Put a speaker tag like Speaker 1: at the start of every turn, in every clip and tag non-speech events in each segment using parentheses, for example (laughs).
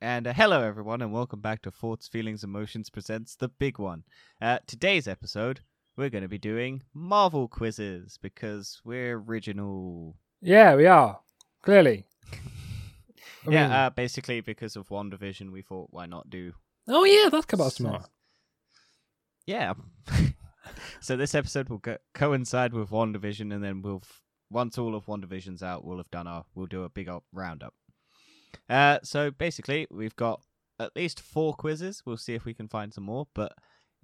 Speaker 1: And uh, hello, everyone, and welcome back to Thoughts, Feelings, Emotions Presents The Big One. Uh, today's episode, we're going to be doing Marvel quizzes because we're original.
Speaker 2: Yeah, we are. Clearly. I mean-
Speaker 1: Yeah, uh, basically because of WandaVision, we thought, why not do.
Speaker 2: oh, yeah, that's come out tomorrow.
Speaker 1: Yeah. (laughs) so this episode will go- coincide with WandaVision, and then we'll. F- once all of WandaVision's out, we'll have done our. We'll do a big old roundup. Uh, so basically, we've got at least four quizzes. We'll see if we can find some more, but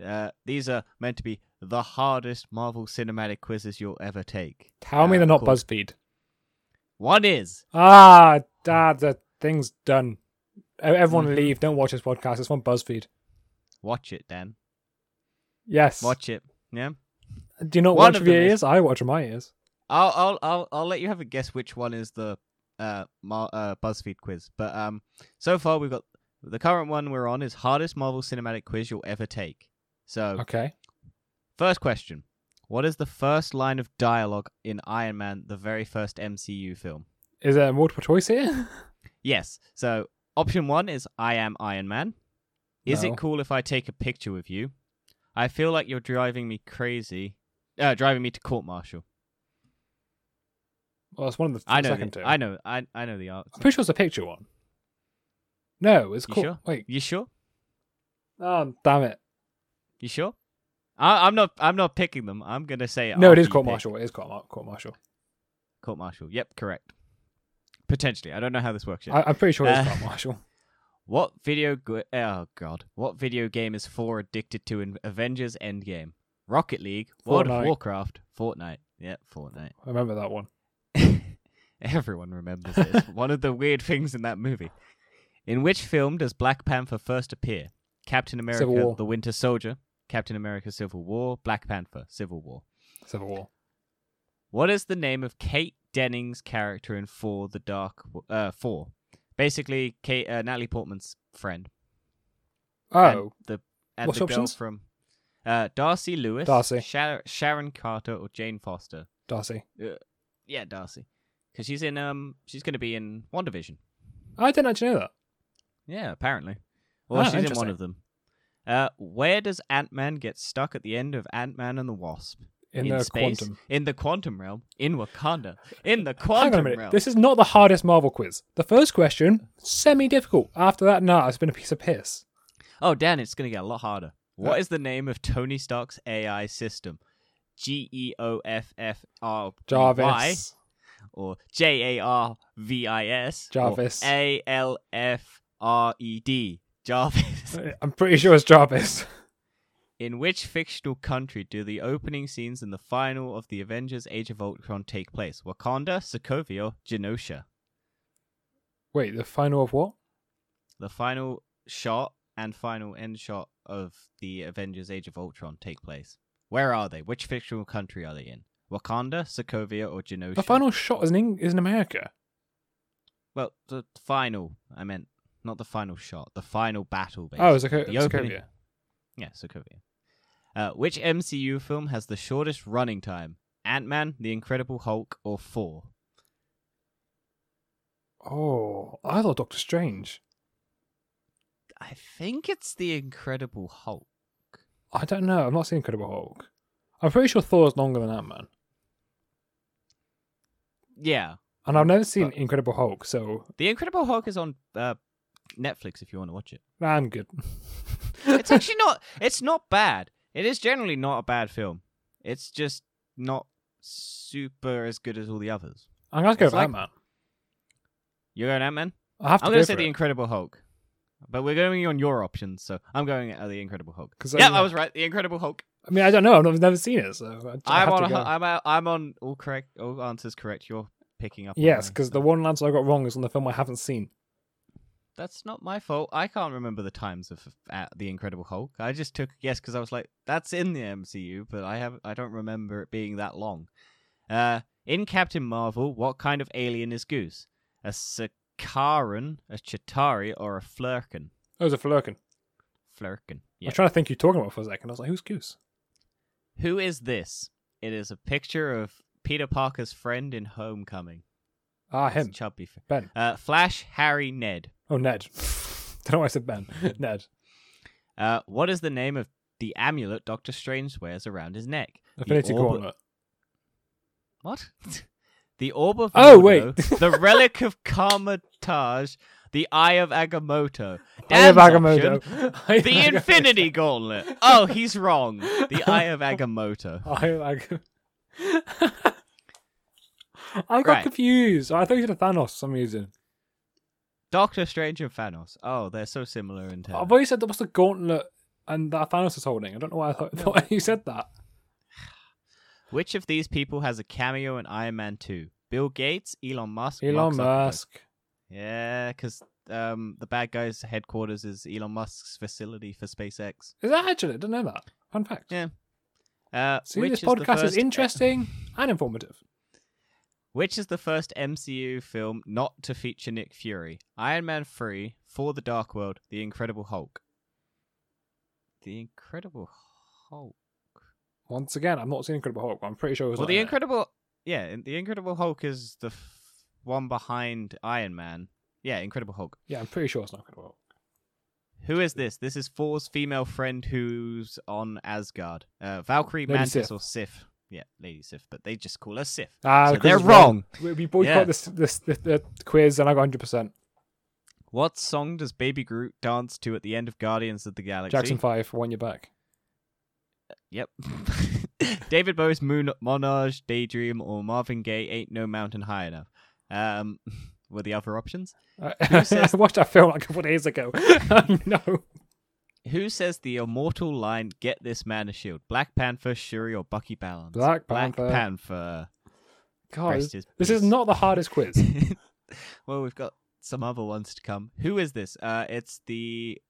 Speaker 1: uh, these are meant to be the hardest Marvel cinematic quizzes you'll ever take.
Speaker 2: Tell me
Speaker 1: Uh,
Speaker 2: they're not
Speaker 1: cool.
Speaker 2: BuzzFeed.
Speaker 1: One is
Speaker 2: Ah, Dad, the thing's done. E- Everyone
Speaker 1: Mhm.
Speaker 2: leave. Don't watch this podcast. It's on BuzzFeed.
Speaker 1: watch it, Dan.
Speaker 2: Yes.
Speaker 1: Watch it. Yeah.
Speaker 2: Do you not
Speaker 1: one
Speaker 2: watch
Speaker 1: of
Speaker 2: with your
Speaker 1: them is-
Speaker 2: ears? I watch with my ears.
Speaker 1: I'll I'll I'll I'll let you have a guess which one is the uh, Mar- uh BuzzFeed quiz. But um, so far we've got the current one we're on is hardest Marvel cinematic quiz you'll ever take. So
Speaker 2: Okay.
Speaker 1: first question: What is the first line of dialogue in Iron Man, the very first MCU film?
Speaker 2: Is there multiple choice here? (laughs)
Speaker 1: Yes. So option one is I am Iron Man. Is
Speaker 2: No.
Speaker 1: it cool if I take a picture with you? I feel like you're driving me crazy. Uh, driving me to court martial.
Speaker 2: Well, it's one of the
Speaker 1: I know.
Speaker 2: second
Speaker 1: The,
Speaker 2: two.
Speaker 1: I know. I I know the answer.
Speaker 2: I'm pretty sure it's a picture one. No, it's
Speaker 1: You
Speaker 2: cool.
Speaker 1: sure?
Speaker 2: Wait.
Speaker 1: You sure?
Speaker 2: Oh, damn it.
Speaker 1: You sure? I, I'm not. I'm not picking them. I'm gonna say.
Speaker 2: No, it
Speaker 1: after
Speaker 2: is
Speaker 1: you
Speaker 2: court
Speaker 1: pick.
Speaker 2: martial. It is court mar- court martial.
Speaker 1: Court martial. Yep, correct. Potentially, I don't know how this works yet.
Speaker 2: I- I'm pretty sure
Speaker 1: (laughs)
Speaker 2: it
Speaker 1: Uh,
Speaker 2: is court martial.
Speaker 1: What video? Gu- oh God! What video game is four addicted to in Avengers Endgame? Rocket League, World of
Speaker 2: Fortnite.
Speaker 1: Warcraft, Fortnite. Yep, Fortnite. (laughs)
Speaker 2: I remember that one.
Speaker 1: Everyone remembers
Speaker 2: (laughs)
Speaker 1: this. One of the weird things in that movie. In which film does Black Panther first appear? Captain America:
Speaker 2: War.
Speaker 1: The Winter Soldier, Captain America: Civil War, Black Panther: Civil War.
Speaker 2: Civil War.
Speaker 1: What is the name of Kate Denning's character in Four the Dark uh Four? Basically, Kate uh, Natalie Portman's friend. and
Speaker 2: Oh,
Speaker 1: the and
Speaker 2: What's
Speaker 1: the
Speaker 2: options?
Speaker 1: girl from uh, Darcy Lewis,
Speaker 2: Darcy.
Speaker 1: Shar- Sharon Carter, or Jane Foster. Uh,
Speaker 2: Darcy.
Speaker 1: Yeah, Darcy, because she's in um she's going to be in WandaVision.
Speaker 2: I didn't actually know that.
Speaker 1: Yeah, apparently. Well,
Speaker 2: Ah,
Speaker 1: she's in one
Speaker 2: interesting.
Speaker 1: of them. Uh, where does Ant Man get stuck at the end of Ant Man and the Wasp?
Speaker 2: In, the
Speaker 1: space,
Speaker 2: quantum.
Speaker 1: in the quantum realm, in
Speaker 2: (laughs)
Speaker 1: Wakanda, in the
Speaker 2: Hang on a
Speaker 1: quantum
Speaker 2: minute.
Speaker 1: realm.
Speaker 2: This is not the hardest Marvel quiz. The first question, semi difficult. After that, nah, it's been a piece of piss.
Speaker 1: Oh, Dan, it's going to get a lot harder. What
Speaker 2: Yeah.
Speaker 1: is the name of Tony Stark's AI system? G E O F F R E
Speaker 2: Jarvis.
Speaker 1: Y or J A R V I S
Speaker 2: Jarvis.
Speaker 1: A L F R E D Jarvis. (laughs)
Speaker 2: Uh, I'm pretty sure it's Jarvis. (laughs)
Speaker 1: in which fictional country do the opening scenes in the final of the Avengers: Age of Ultron take place? Wakanda, Sokovia, or Genosha.
Speaker 2: Wait, the final of what?
Speaker 1: The final shot and final end shot of the Avengers Age of Ultron take place. Where are they? Which fictional country are they in? Wakanda, Sokovia, or Genosha?
Speaker 2: The final shot is in, Eng- is in America.
Speaker 1: Well, the final, I meant. Not the final shot. The final battle, basically.
Speaker 2: Oh, it's okay.
Speaker 1: The
Speaker 2: it's
Speaker 1: opening-
Speaker 2: Sokovia.
Speaker 1: Yeah, Sokovia. Uh, which MCU film has the shortest running time? Ant Man, The Incredible Hulk, or Thor?
Speaker 2: Oh, I thought Doctor Strange.
Speaker 1: I think it's The Incredible Hulk.
Speaker 2: I don't know. I've not seen Incredible Hulk. I'm pretty sure Thor's longer than Ant Man.
Speaker 1: Yeah.
Speaker 2: And I've never seen
Speaker 1: But-
Speaker 2: Incredible Hulk, so
Speaker 1: The Incredible Hulk is on uh, Netflix if you want to watch it.
Speaker 2: nah, I'm good.
Speaker 1: it's actually not it's not bad it is generally not a bad film it's just not super as good as all the others
Speaker 2: (laughs) I'm going to go
Speaker 1: it's
Speaker 2: with
Speaker 1: like-
Speaker 2: Ant Man.
Speaker 1: you're going ant-man
Speaker 2: I have to
Speaker 1: i'm
Speaker 2: go
Speaker 1: going to say
Speaker 2: for
Speaker 1: the
Speaker 2: it.
Speaker 1: incredible hulk but we're going on your options so i'm going uh, the incredible hulk
Speaker 2: 'Cause, uh,
Speaker 1: yeah
Speaker 2: yeah.
Speaker 1: i was right the incredible hulk
Speaker 2: I mean, I don't know. I've never- never seen it, so I, I
Speaker 1: i'm
Speaker 2: have
Speaker 1: on
Speaker 2: to
Speaker 1: a-
Speaker 2: go.
Speaker 1: I'm, out, I'm on all correct all answers correct you're picking up on
Speaker 2: Yes,
Speaker 1: mine,
Speaker 2: because
Speaker 1: so.
Speaker 2: the one answer I got wrong is on the film I haven't seen.
Speaker 1: that's not my fault i can't remember the times of uh, the incredible hulk i just took yes because i was like that's in the mcu but i have i don't remember it being that long uh in captain marvel what kind of alien is goose a sakaran a chitari or a flurkin
Speaker 2: Oh, it was a Flurkin.
Speaker 1: flurkin
Speaker 2: I
Speaker 1: yeah
Speaker 2: was trying to think you talking about for a second. I was like, who's Goose?
Speaker 1: who is this it is a picture of peter parker's friend in homecoming
Speaker 2: Ah,
Speaker 1: His
Speaker 2: him.
Speaker 1: chubby fr-
Speaker 2: Ben.
Speaker 1: uh flash harry ned
Speaker 2: Oh, Ned. (laughs) Don't know why I said
Speaker 1: (laughs)
Speaker 2: Ben. Ned.
Speaker 1: Uh, what is the name of the amulet Doctor Strange wears around his neck? The
Speaker 2: Infinity
Speaker 1: orb-
Speaker 2: Gauntlet.
Speaker 1: What? (laughs) the Orb of
Speaker 2: Oh,
Speaker 1: Mordo,
Speaker 2: wait.
Speaker 1: the
Speaker 2: (laughs)
Speaker 1: Relic of Karmatage, the Eye of Agamotto.
Speaker 2: I have
Speaker 1: Dan's option,
Speaker 2: Agamotto. I have (laughs)
Speaker 1: The
Speaker 2: Aga-
Speaker 1: Infinity Gauntlet. Oh, he's wrong. The Eye of Agamotto.
Speaker 2: I have
Speaker 1: (laughs)
Speaker 2: Aga- I got
Speaker 1: Right.
Speaker 2: confused. I thought you said Thanos for some reason.
Speaker 1: Doctor Strange and Thanos. Oh, they're so similar in
Speaker 2: I've
Speaker 1: terms.
Speaker 2: always said that was the gauntlet and that Thanos is holding. I don't know why I thought, thought you said that.
Speaker 1: Which of these people has a cameo in Iron Man 2? Bill Gates, Elon Musk, Mark
Speaker 2: Elon
Speaker 1: Zuckerberg.
Speaker 2: Musk.
Speaker 1: Yeah, because um, the bad guy's headquarters is Elon Musk's facility for SpaceX.
Speaker 2: Is that actually? I didn't know that. Fun fact.
Speaker 1: Yeah. Uh,
Speaker 2: See,
Speaker 1: which
Speaker 2: this
Speaker 1: is the
Speaker 2: podcast is
Speaker 1: first-
Speaker 2: interesting and informative.
Speaker 1: Which is the first MCU film not to feature Nick Fury? Iron Man 3, For the Dark World, The Incredible Hulk. The Incredible Hulk.
Speaker 2: Once again, I've not seen Incredible Hulk. But I'm pretty sure it was
Speaker 1: Well,
Speaker 2: not
Speaker 1: The
Speaker 2: in it.
Speaker 1: Incredible. Yeah, in- The Incredible Hulk is the f- one behind Iron Man. Yeah, Incredible Hulk.
Speaker 2: Yeah, I'm pretty sure it's not Incredible Hulk.
Speaker 1: Who is this? This is Thor's female friend who's on Asgard. Uh, Valkyrie,
Speaker 2: Lady
Speaker 1: Mantis,
Speaker 2: Sif.
Speaker 1: or Sif. Yeah, Lady Sif, but they just call her Sif.
Speaker 2: Ah,
Speaker 1: So
Speaker 2: the quiz
Speaker 1: they're
Speaker 2: is
Speaker 1: wrong.
Speaker 2: We, we boycott
Speaker 1: Yeah.
Speaker 2: this, this, this the quiz, and I got 100. percent
Speaker 1: What song does Baby Groot dance to at the end of Guardians of the Galaxy?
Speaker 2: Jackson Five, one year back.
Speaker 1: Yep. (laughs) David Bowie's Moon Monarch, Daydream, or Marvin Gaye Ain't No Mountain High Enough. Um, (laughs) were the other options?
Speaker 2: I, (laughs)
Speaker 1: says-
Speaker 2: I watched that film like a couple of days ago. (laughs) no,
Speaker 1: Who says the immortal line, get this man a shield? Black Panther, Shuri, or Bucky Balance?
Speaker 2: Black Panther.
Speaker 1: Black Panther.
Speaker 2: God,
Speaker 1: Rest
Speaker 2: this
Speaker 1: his
Speaker 2: this is
Speaker 1: peace.
Speaker 2: not the hardest quiz.
Speaker 1: (laughs) well, we've got some other ones to come. Who is this? Uh, it's the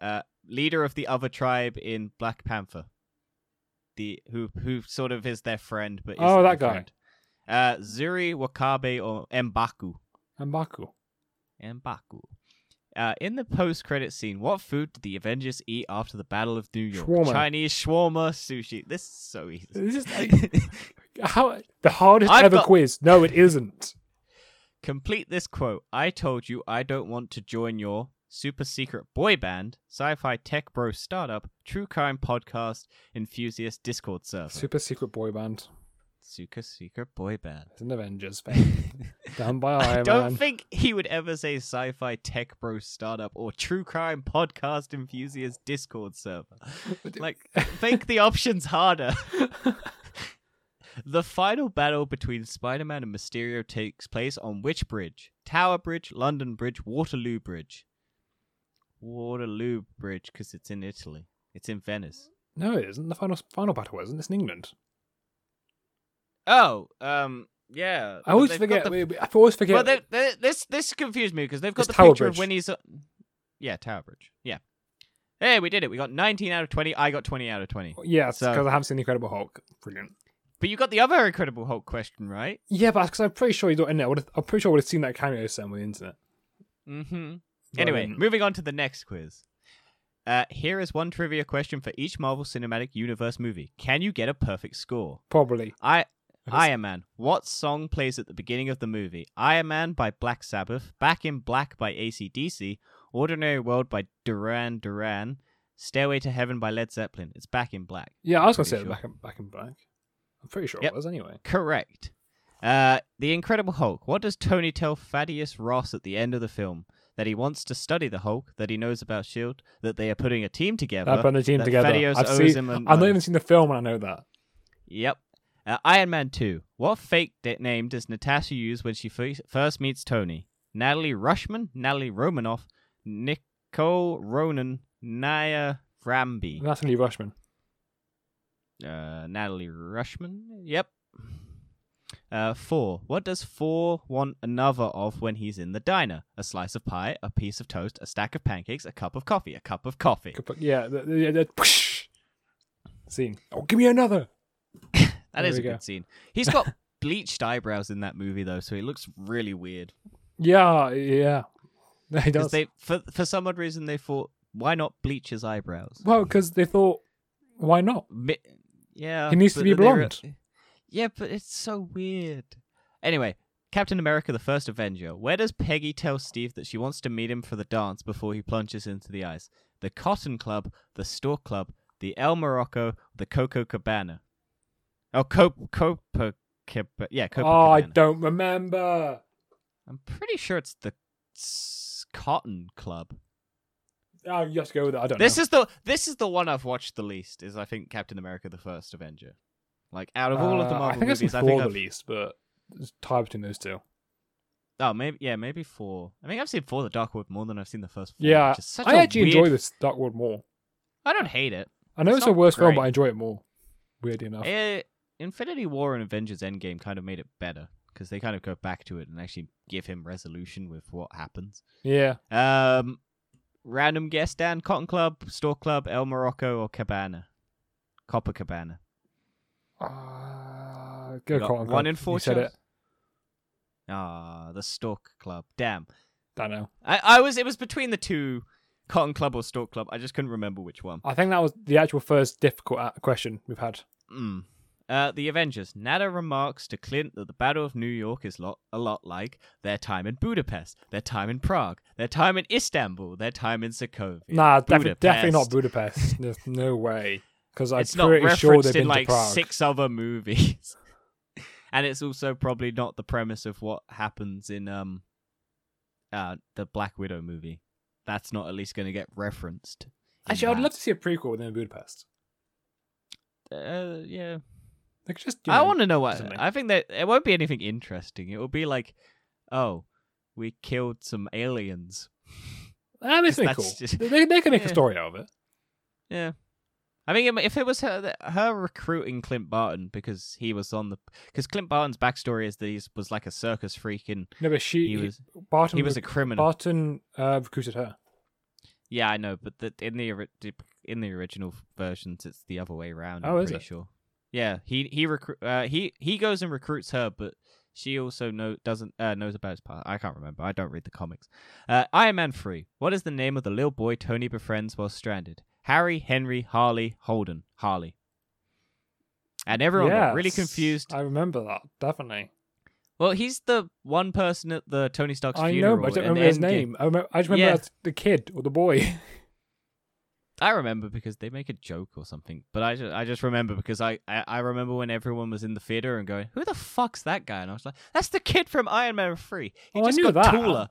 Speaker 1: uh, leader of the other tribe in Black Panther. The who who sort of is their friend, but isn't
Speaker 2: Oh, that
Speaker 1: their
Speaker 2: guy.
Speaker 1: friend. Uh, Zuri Wakabe or Mbaku.
Speaker 2: And Baku.
Speaker 1: Mbaku. Uh, in the post-credit scene, what food did the Avengers eat after the Battle of New York?
Speaker 2: Shawarma.
Speaker 1: Chinese shawarma, sushi. This is so easy. (laughs)
Speaker 2: This is how the hardest
Speaker 1: I've
Speaker 2: ever
Speaker 1: got-
Speaker 2: quiz. No, it isn't.
Speaker 1: Complete this quote. I told you I don't want to join your super secret boy band, sci fi tech bro startup, true crime podcast, enthusiast Discord server. Super,
Speaker 2: Super secret boy band.
Speaker 1: secret boy band.
Speaker 2: It's an Avengers thing
Speaker 1: (laughs)
Speaker 2: done by Iron
Speaker 1: I don't
Speaker 2: Man.
Speaker 1: think he would ever say sci fi tech bro startup or true crime podcast enthusiast Discord server. Like, make the options harder. The final battle between Spider Man and Mysterio takes place on which bridge? Tower Bridge, London Bridge, Waterloo Bridge. Waterloo Bridge, because it's in Italy. It's in Venice.
Speaker 2: No, it isn't. The final final battle isn't. It's in England.
Speaker 1: Oh, um, yeah.
Speaker 2: I always
Speaker 1: They've
Speaker 2: forget.
Speaker 1: got the-
Speaker 2: we- we- I always forget.
Speaker 1: Well, they, they, this this confused me because they've got
Speaker 2: It's
Speaker 1: the
Speaker 2: Tower
Speaker 1: picture
Speaker 2: Bridge.
Speaker 1: of when he's. uh, Yeah, Tower Bridge. Yeah. Hey, we did it. We got 19 out of 20. I got 20 out of 20.
Speaker 2: yes,
Speaker 1: So-
Speaker 2: because I haven't seen Incredible Hulk. Brilliant.
Speaker 1: But you got the other Incredible Hulk question, right?
Speaker 2: Yeah, but because I'm pretty sure he's not in there. I would've- I'm pretty sure I would have seen that cameo somewhere on the internet.
Speaker 1: Mm hmm.
Speaker 2: But,
Speaker 1: Anyway,
Speaker 2: um,
Speaker 1: moving on to the next quiz. Uh, here is one trivia question for each Marvel Cinematic Universe movie. Can you get a perfect score?
Speaker 2: probably.
Speaker 1: I
Speaker 2: Yes.
Speaker 1: Iron Man. What song plays at the beginning of the movie? Iron Man by Black Sabbath, Back in Black by AC/DC, Ordinary World by Duran Duran, Stairway to Heaven by Led Zeppelin. It's Back in Black.
Speaker 2: Yeah, I was
Speaker 1: I'm
Speaker 2: gonna say
Speaker 1: pretty
Speaker 2: back in back in black. I'm pretty sure
Speaker 1: Yep.
Speaker 2: it was anyway.
Speaker 1: Correct. Uh, the Incredible Hulk. What does Tony tell Thaddeus Ross at the end of the film? That he wants to study the Hulk, that he knows about S.H.I.E.L.D., E that they are putting a team together.
Speaker 2: I put the team
Speaker 1: that
Speaker 2: together.
Speaker 1: Thaddeus
Speaker 2: I've
Speaker 1: owes
Speaker 2: seen.
Speaker 1: him
Speaker 2: I've
Speaker 1: and
Speaker 2: not
Speaker 1: money.
Speaker 2: even seen the film, and I know that.
Speaker 1: Yep. Uh, Iron Man 2. What fake da- name does Natasha use when she f- first meets Tony? Natalie Rushman, Natalie Romanoff, Nicole Ronan, Naya Ramby.
Speaker 2: Natalie Rushman.
Speaker 1: Uh, Natalie Rushman? Yep. Uh, four. What does four want another of when he's in the diner? A slice of pie, a piece of toast, a stack of pancakes, a cup of coffee, a cup of coffee.
Speaker 2: Could put- Yeah, the, the, the, whoosh. scene. Oh, give me another.
Speaker 1: That
Speaker 2: There
Speaker 1: is
Speaker 2: we
Speaker 1: a
Speaker 2: go.
Speaker 1: good scene. He's
Speaker 2: (laughs)
Speaker 1: got bleached eyebrows in that movie though, so he looks really weird.
Speaker 2: Yeah, yeah. (laughs) He
Speaker 1: Because
Speaker 2: does.
Speaker 1: they, for for some odd reason, they thought, why not bleach his eyebrows?
Speaker 2: Well, because they thought, why not?
Speaker 1: Mi- yeah,
Speaker 2: He needs to
Speaker 1: but
Speaker 2: be
Speaker 1: they were-
Speaker 2: blonde.
Speaker 1: yeah, but it's so weird. Anyway, Captain America: The First Avenger. Where does Peggy tell Steve that she wants to meet him for the dance before he plunges into the ice? The Cotton Club, the Stork Club, the El Morocco, the Coco Cabana. Oh, Cop Copa, Cab- yeah, Copa.
Speaker 2: oh, I don't remember.
Speaker 1: I'm pretty sure it's the s- Cotton Club.
Speaker 2: Oh, you have to go with that. I don't
Speaker 1: This
Speaker 2: know.
Speaker 1: is the this is the one I've watched the least. Is I think Captain America: The First Avenger. Like out of all of the
Speaker 2: Uh,
Speaker 1: Marvel
Speaker 2: I think
Speaker 1: movies,
Speaker 2: it's
Speaker 1: I
Speaker 2: four
Speaker 1: think
Speaker 2: the
Speaker 1: I've,
Speaker 2: least, but it's tied between those two.
Speaker 1: oh maybe yeah maybe four. I think I've seen four of the Dark World more than I've seen the first. Four,
Speaker 2: Yeah,
Speaker 1: which is such
Speaker 2: I
Speaker 1: a
Speaker 2: actually
Speaker 1: weird-
Speaker 2: enjoy this Dark World more.
Speaker 1: I don't hate it.
Speaker 2: I know
Speaker 1: It's
Speaker 2: it's, a
Speaker 1: not
Speaker 2: worse film,
Speaker 1: great.
Speaker 2: but I enjoy it more. Weirdly enough,
Speaker 1: Eh, Infinity War and Avengers Endgame kind of made it better because they kind of go back to it and actually give him resolution with what happens.
Speaker 2: yeah.
Speaker 1: Um, random guess: Dan, Cotton Club, Store Club, El Morocco, or Cabana, Copper Cabana.
Speaker 2: Uh,
Speaker 1: You
Speaker 2: go
Speaker 1: got
Speaker 2: Cotton
Speaker 1: One
Speaker 2: Club.
Speaker 1: in four
Speaker 2: You said
Speaker 1: shots.
Speaker 2: it.
Speaker 1: Ah, the Stork Club. Damn.
Speaker 2: I know.
Speaker 1: I, I was. It was between the two, Cotton Club or Stork Club. I just couldn't remember which one.
Speaker 2: I think that was the actual first difficult a- question we've had.
Speaker 1: Mm. Uh, the Avengers. Nada remarks to Clint that the Battle of New York is lot, a lot like their time in Budapest, their time in Prague, their time in Istanbul, their time in Sokovia.
Speaker 2: Nah, definitely,
Speaker 1: Budapest.
Speaker 2: definitely
Speaker 1: (laughs)
Speaker 2: not Budapest. There's no way. Because I'm
Speaker 1: It's not
Speaker 2: pretty
Speaker 1: referenced
Speaker 2: sure they've
Speaker 1: in
Speaker 2: been
Speaker 1: like
Speaker 2: to Prague.
Speaker 1: six other movies, (laughs) and it's also probably not the premise of what happens in um, uh, the Black Widow movie. That's not at least going to get referenced. in
Speaker 2: Actually, I'd
Speaker 1: that.
Speaker 2: love to see a prequel within Budapest.
Speaker 1: Uh, yeah.
Speaker 2: Like just. you
Speaker 1: I
Speaker 2: know,
Speaker 1: want to know what.
Speaker 2: something.
Speaker 1: I think that it won't be anything interesting. It will be like, oh, we killed some aliens. (laughs)
Speaker 2: Ah, this would be
Speaker 1: that's
Speaker 2: cool.
Speaker 1: just-
Speaker 2: They, they can make
Speaker 1: Yeah.
Speaker 2: a story out of it.
Speaker 1: Yeah. I mean, if it was her, her recruiting Clint Barton because he was on the because Clint Barton's backstory is that he was like a circus freak and
Speaker 2: No, but she.
Speaker 1: he was
Speaker 2: Barton.
Speaker 1: he was a
Speaker 2: rec-
Speaker 1: criminal.
Speaker 2: Barton uh, recruited her.
Speaker 1: Yeah, I know, but the, in the ori- in the original versions, it's the other way around. I'm
Speaker 2: Oh, is
Speaker 1: pretty
Speaker 2: it?
Speaker 1: sure. Yeah, he he recruit uh, he he goes and recruits her, but she also know doesn't uh, knows about his past. I can't remember. I don't read the comics. Uh, Iron Man three. What is the name of the little boy Tony befriends while stranded? Harry, Henry, Harley, Holden, Harley. And everyone got really
Speaker 2: Yes,
Speaker 1: confused.
Speaker 2: I remember that definitely.
Speaker 1: Well, he's the one person at the Tony Stark's
Speaker 2: I know,
Speaker 1: funeral.
Speaker 2: but I don't
Speaker 1: in the
Speaker 2: remember his
Speaker 1: Endgame.
Speaker 2: name. I, remember, I just remember
Speaker 1: Yeah.
Speaker 2: that's the kid or the boy. (laughs)
Speaker 1: I remember because they make a joke or something, but I just, I just remember because I, I, I remember when everyone was in the theater and going, "Who the fuck's that guy?" And I was like, "That's the kid from Iron Man Three. He
Speaker 2: Oh, I
Speaker 1: just
Speaker 2: knew
Speaker 1: got
Speaker 2: that.
Speaker 1: taller."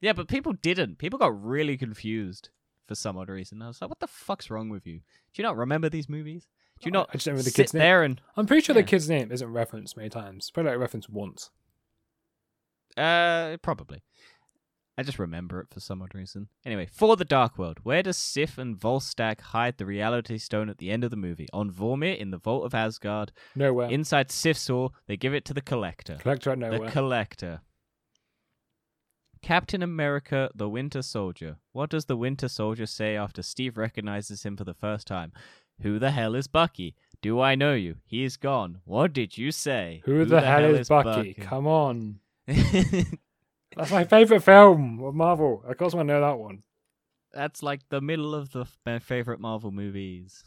Speaker 1: Yeah, but people didn't. People got really confused for some odd reason. I was like, "What the fuck's wrong with you? Do you not remember these movies? Do you not
Speaker 2: Oh, I just don't remember the
Speaker 1: sit
Speaker 2: kid's name.
Speaker 1: there and
Speaker 2: I'm pretty sure
Speaker 1: Yeah.
Speaker 2: the kid's name isn't referenced many times. Probably like referenced once.
Speaker 1: Uh, probably. I just remember it for some odd reason. Anyway, for the Dark World, where does Sif and Volstagg hide the Reality Stone at the end of the movie? On Vormir, in the Vault of Asgard.
Speaker 2: Nowhere.
Speaker 1: Inside Sif's Saw, they give it to the Collector.
Speaker 2: (laughs) Collector at
Speaker 1: The
Speaker 2: nowhere.
Speaker 1: Collector. Captain America, the Winter Soldier. What does the Winter Soldier say after Steve recognizes him for the first time? Who the hell is Bucky? Do I know you? He's gone. What did you say?
Speaker 2: Who, the, hell, is Bucky? Come on.
Speaker 1: Bucky? (laughs)
Speaker 2: That's my favourite film of Marvel. Of course I know that one.
Speaker 1: that's like the middle of the f- my favorite Marvel movies.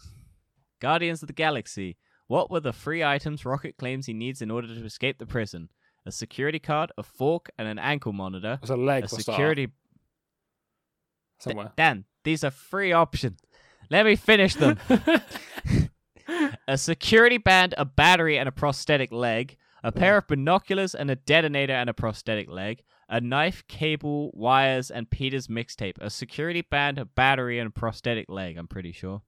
Speaker 1: Guardians of the Galaxy. What were the three items Rocket claims he needs in order to escape the prison? A security card, a fork, and an ankle monitor.
Speaker 2: It's a leg
Speaker 1: A
Speaker 2: for
Speaker 1: security.
Speaker 2: Star, (laughs) somewhere.
Speaker 1: Dan, these are free options. Let me finish
Speaker 2: (laughs)
Speaker 1: them. a security band, a battery, and a prosthetic leg. A pair of binoculars and a detonator and a prosthetic leg. A knife, cable, wires, and Peter's mixtape. A security band, a battery, and a prosthetic leg, I'm pretty sure.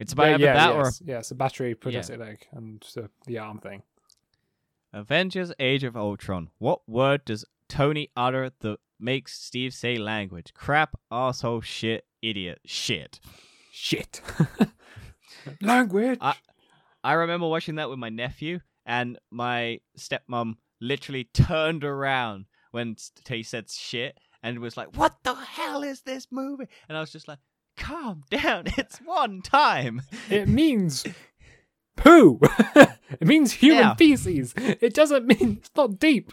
Speaker 1: It's about
Speaker 2: yeah,
Speaker 1: either
Speaker 2: yeah,
Speaker 1: that
Speaker 2: yes. yeah, it's a battery put
Speaker 1: Yeah.
Speaker 2: yeah. leg and just a, the arm thing.
Speaker 1: or Avengers Age of Ultron. What word does Tony utter that makes Steve say language? Crap, asshole, shit, idiot, shit.
Speaker 2: (laughs) Shit. Language.
Speaker 1: I- I remember watching that with my nephew, and my stepmom literally turned around when he said shit and was like, What the hell is this movie? And I was just like, Calm (laughs) down, it's one time.
Speaker 2: It means poo. (laughs) it means human
Speaker 1: Yeah.
Speaker 2: feces. It doesn't mean it's not deep.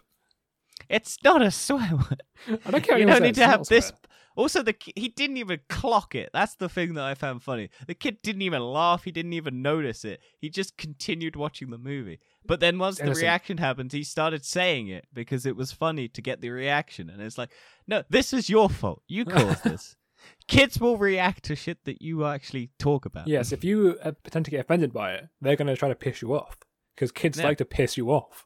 Speaker 1: It's not a swear word.
Speaker 2: I don't care. what
Speaker 1: you
Speaker 2: anyone
Speaker 1: don't need
Speaker 2: says,
Speaker 1: to
Speaker 2: it's
Speaker 1: have
Speaker 2: not
Speaker 1: this.
Speaker 2: swear.
Speaker 1: Also, the ki- he didn't even clock it. That's the thing that I found funny. The kid didn't even laugh. He didn't even notice it. He just continued watching the movie. But then once the
Speaker 2: Innocent.
Speaker 1: reaction happened, he started saying it because it was funny to get the reaction. And it's like, no, this is your fault. You
Speaker 2: (laughs)
Speaker 1: caused this. Kids will react to shit that you actually talk about.
Speaker 2: Yes, if you uh, pretend to get offended by it, they're going to try to piss you off because kids
Speaker 1: Yeah.
Speaker 2: like to piss you off.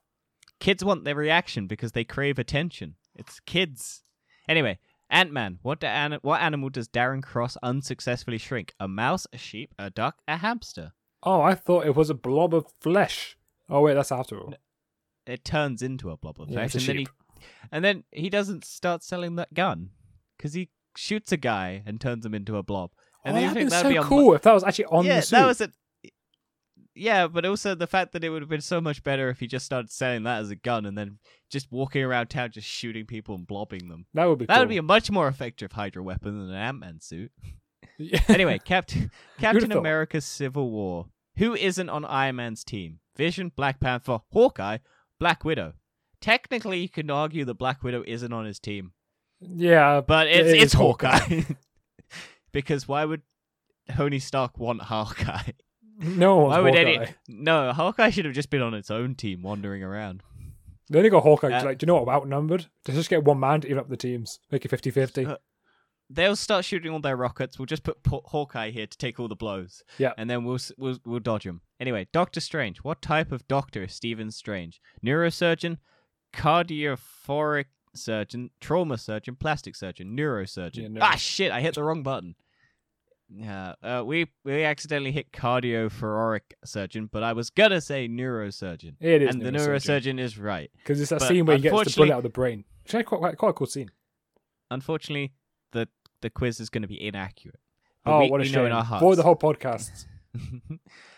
Speaker 1: Kids want their reaction because they crave attention. It's kids. Anyway, Ant Man. What do an- what animal does Darren Cross unsuccessfully shrink? A mouse, a sheep, a duck, a hamster.
Speaker 2: Oh, I thought it was a blob of flesh. Oh wait, that's after all.
Speaker 1: It turns into a blob of
Speaker 2: Yeah,
Speaker 1: flesh,
Speaker 2: it's a
Speaker 1: and then he, and then he doesn't start selling that gun because he shoots a guy and turns him into a blob. And
Speaker 2: oh,
Speaker 1: then you
Speaker 2: that'd
Speaker 1: think
Speaker 2: been
Speaker 1: that'd
Speaker 2: so
Speaker 1: be on
Speaker 2: cool if that was actually on
Speaker 1: yeah,
Speaker 2: the suit.
Speaker 1: that was it. Yeah, but also the fact that it would have been so much better if he just started selling that as a gun and then just walking around town just shooting people and blobbing them.
Speaker 2: that would be
Speaker 1: That
Speaker 2: cool.
Speaker 1: would be a much more effective Hydra weapon than an Ant Man suit.
Speaker 2: (laughs) Yeah.
Speaker 1: Anyway, Captain Captain
Speaker 2: thought?
Speaker 1: America: Civil War. Who isn't on Iron Man's team? Vision, Black Panther, Hawkeye, Black Widow. Technically, you can argue that Black Widow isn't on his team,
Speaker 2: yeah,
Speaker 1: but it's
Speaker 2: it is
Speaker 1: it's Hawkeye. (laughs) because why would Tony Stark want
Speaker 2: (laughs)
Speaker 1: Hawkeye?
Speaker 2: (laughs) no one's
Speaker 1: Why would
Speaker 2: Hawkeye.
Speaker 1: any? No, Hawkeye should have just been on its own team wandering around.
Speaker 2: They only got Hawkeye. 'cause,
Speaker 1: Uh,
Speaker 2: like, do you know what? We're outnumbered. Let's just get one man to even up the teams, make it 50-50.
Speaker 1: Uh, They'll start shooting all their rockets. We'll just put Paw- Hawkeye here to take all the blows.
Speaker 2: Yeah.
Speaker 1: and then we'll s- we'll, we'll dodge them. Anyway, Doctor Strange. What type of doctor is Stephen Strange? Neurosurgeon, cardiophoric surgeon, trauma surgeon, plastic surgeon, neurosurgeon.
Speaker 2: Yeah, neuro-
Speaker 1: Ah, shit! I hit the wrong button. Yeah, uh, we we accidentally hit cardiothoracic surgeon, but I was gonna say neurosurgeon.
Speaker 2: it is
Speaker 1: and the
Speaker 2: neurosurgeon
Speaker 1: neurosurgeon is right.
Speaker 2: because it's that
Speaker 1: but
Speaker 2: scene where he gets the
Speaker 1: unfortunately-
Speaker 2: bullet out of the brain. It's actually quite, quite, quite a cool scene.
Speaker 1: Unfortunately, the the quiz is going to be inaccurate. But
Speaker 2: Oh,
Speaker 1: we,
Speaker 2: what a
Speaker 1: we
Speaker 2: shame!
Speaker 1: know in our hearts.
Speaker 2: For the
Speaker 1: (laughs)
Speaker 2: whole podcast,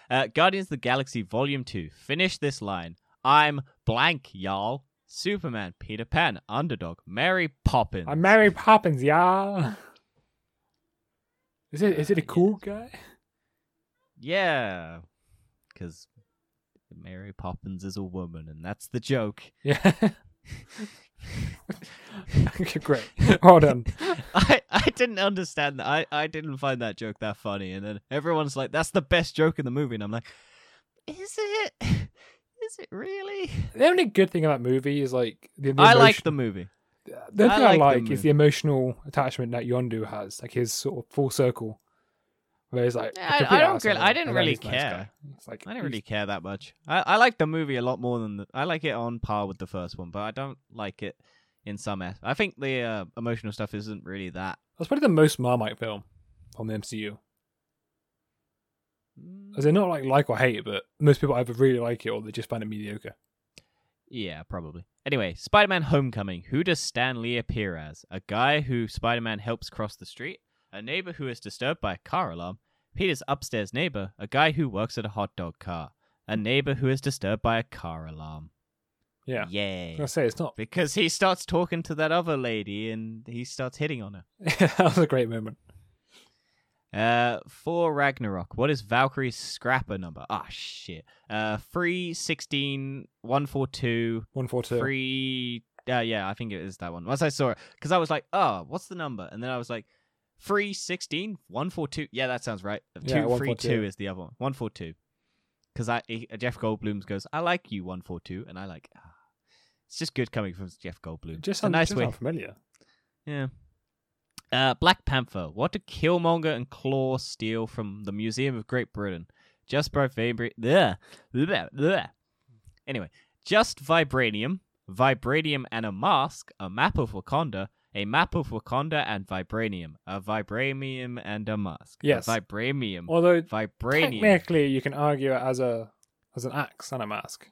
Speaker 1: uh, Guardians of the Galaxy Volume 2. Finish this line. I'm blank, y'all. Superman, Peter Pan, Underdog, Mary Poppins.
Speaker 2: I'm Mary Poppins, yeah. Is it is it a
Speaker 1: Uh,
Speaker 2: cool guy? (laughs)
Speaker 1: Yeah. Because Mary Poppins is a woman, and that's the joke.
Speaker 2: (laughs) Yeah. Okay, Great. Well done.
Speaker 1: I, I didn't understand that. I, I didn't find that joke that funny. And then everyone's like, that's the best joke in the movie. And I'm like, is it? (laughs) Is it really?
Speaker 2: The only good thing about that movie is like the, the
Speaker 1: I like
Speaker 2: emotion-
Speaker 1: the movie.
Speaker 2: the only
Speaker 1: I
Speaker 2: thing I
Speaker 1: like the
Speaker 2: like is the emotional attachment that Yondu has, like his sort of full circle. Where he's like, a
Speaker 1: Yeah, I- I
Speaker 2: complete
Speaker 1: don't really-
Speaker 2: asshole,
Speaker 1: I didn't
Speaker 2: and then
Speaker 1: really
Speaker 2: he's a nice guy.
Speaker 1: care.
Speaker 2: It's like
Speaker 1: I don't
Speaker 2: he's-
Speaker 1: really care that much. I, I like the movie a lot more than the, I like it on par with the first one, but I don't like it in some. as- I think the uh, emotional stuff isn't really that.
Speaker 2: That's probably the most Marmite film from the MCU. As in, not like like or hate it, but most people either really like it or they just find it mediocre.
Speaker 1: Yeah, probably. Anyway, Spider Man Homecoming. Who does Stan Lee appear as? A guy who Spider Man helps cross the street? A neighbor who is disturbed by a car alarm? Peter's upstairs neighbor? A guy who works at a hot dog car? A neighbor who is disturbed by a car alarm?
Speaker 2: Yeah, I
Speaker 1: Yay.
Speaker 2: was gonna say it's not. (laughs)
Speaker 1: Because he starts talking to that other lady and he starts hitting on her.
Speaker 2: that was a great moment.
Speaker 1: Uh, for Ragnarok, what is Valkyrie's scrapper number? Ah, shit. Uh, 3, 16, 142,
Speaker 2: One four two.
Speaker 1: 3. Uh, yeah, I think it is that one. Once I saw it, because I was like, oh, what's the number? And then I was like, 3, 16, 142. Yeah, that sounds right.
Speaker 2: Yeah,
Speaker 1: 2, 3, 2
Speaker 2: 142.
Speaker 1: is the other one. 142. Because I he- uh, Jeff Goldblum goes, I like you, 142. And I like, ah. it's just good coming from Jeff Goldblum. It's
Speaker 2: Just
Speaker 1: a
Speaker 2: sounds
Speaker 1: nice
Speaker 2: just
Speaker 1: way.
Speaker 2: sound familiar.
Speaker 1: Yeah. Uh, Black Panther. What do Killmonger and Claw steal from the Museum of Great Britain? Just by vibra- bleh, bleh, bleh. Anyway, just vibranium, vibranium and a mask, a map of Wakanda, a map of Wakanda and vibranium, a vibranium and a mask. a
Speaker 2: Yes.
Speaker 1: vibranium.
Speaker 2: Although
Speaker 1: Vibranium.
Speaker 2: technically, you can argue it as a as an axe and a mask,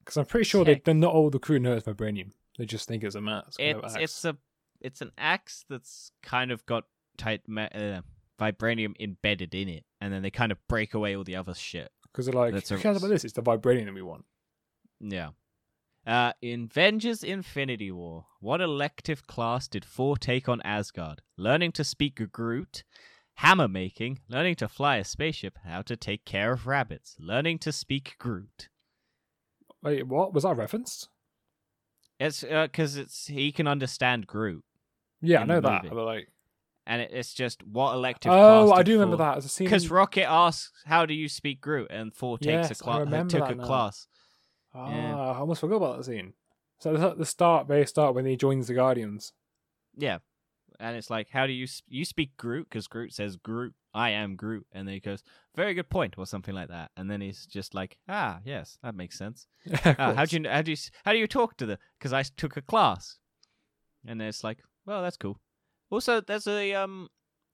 Speaker 2: because I'm pretty sure
Speaker 1: Tech-
Speaker 2: they not all the crew knows vibranium. They just think it's a mask. and
Speaker 1: It's
Speaker 2: axe.
Speaker 1: it's a it's an axe that's kind of got tight ma- uh, vibranium embedded in it, and then they kind of break away all the other shit.
Speaker 2: Because they're like,
Speaker 1: That's
Speaker 2: who
Speaker 1: a-
Speaker 2: cares about this? It's the vibranium we want.
Speaker 1: Yeah. Uh, in Avengers Infinity War, what elective class did Thor take on Asgard? Learning to speak Groot, hammer making, learning to fly a spaceship, how to take care of rabbits, learning to speak Groot.
Speaker 2: Wait, what was that referenced?
Speaker 1: It's because it's he can understand Groot,
Speaker 2: Yeah,
Speaker 1: In
Speaker 2: I know
Speaker 1: the
Speaker 2: that.
Speaker 1: movie.
Speaker 2: But like,
Speaker 1: and it, it's just what elective.
Speaker 2: oh, I do remember that. It's a scene.
Speaker 1: Because Rocket asks, "How do you speak Groot?" and Thor takes
Speaker 2: Yes,
Speaker 1: a
Speaker 2: I
Speaker 1: class.
Speaker 2: remember
Speaker 1: took
Speaker 2: that
Speaker 1: a
Speaker 2: now.
Speaker 1: class.
Speaker 2: Ah,
Speaker 1: Yeah.
Speaker 2: I almost forgot about that scene. So that's at the start, very start, when he joins the Guardians. (laughs)
Speaker 1: Yeah. And it's like, how do you sp- you speak Groot? Because Groot says Groot, I am Groot, and then he goes, "Very good point," or something like that. And then he's just like, "Ah, yes, that makes sense." Ah, how do you how do you s- how do you talk to the? Because I s- took a class, and it's like, well, that's cool. Also, there's a um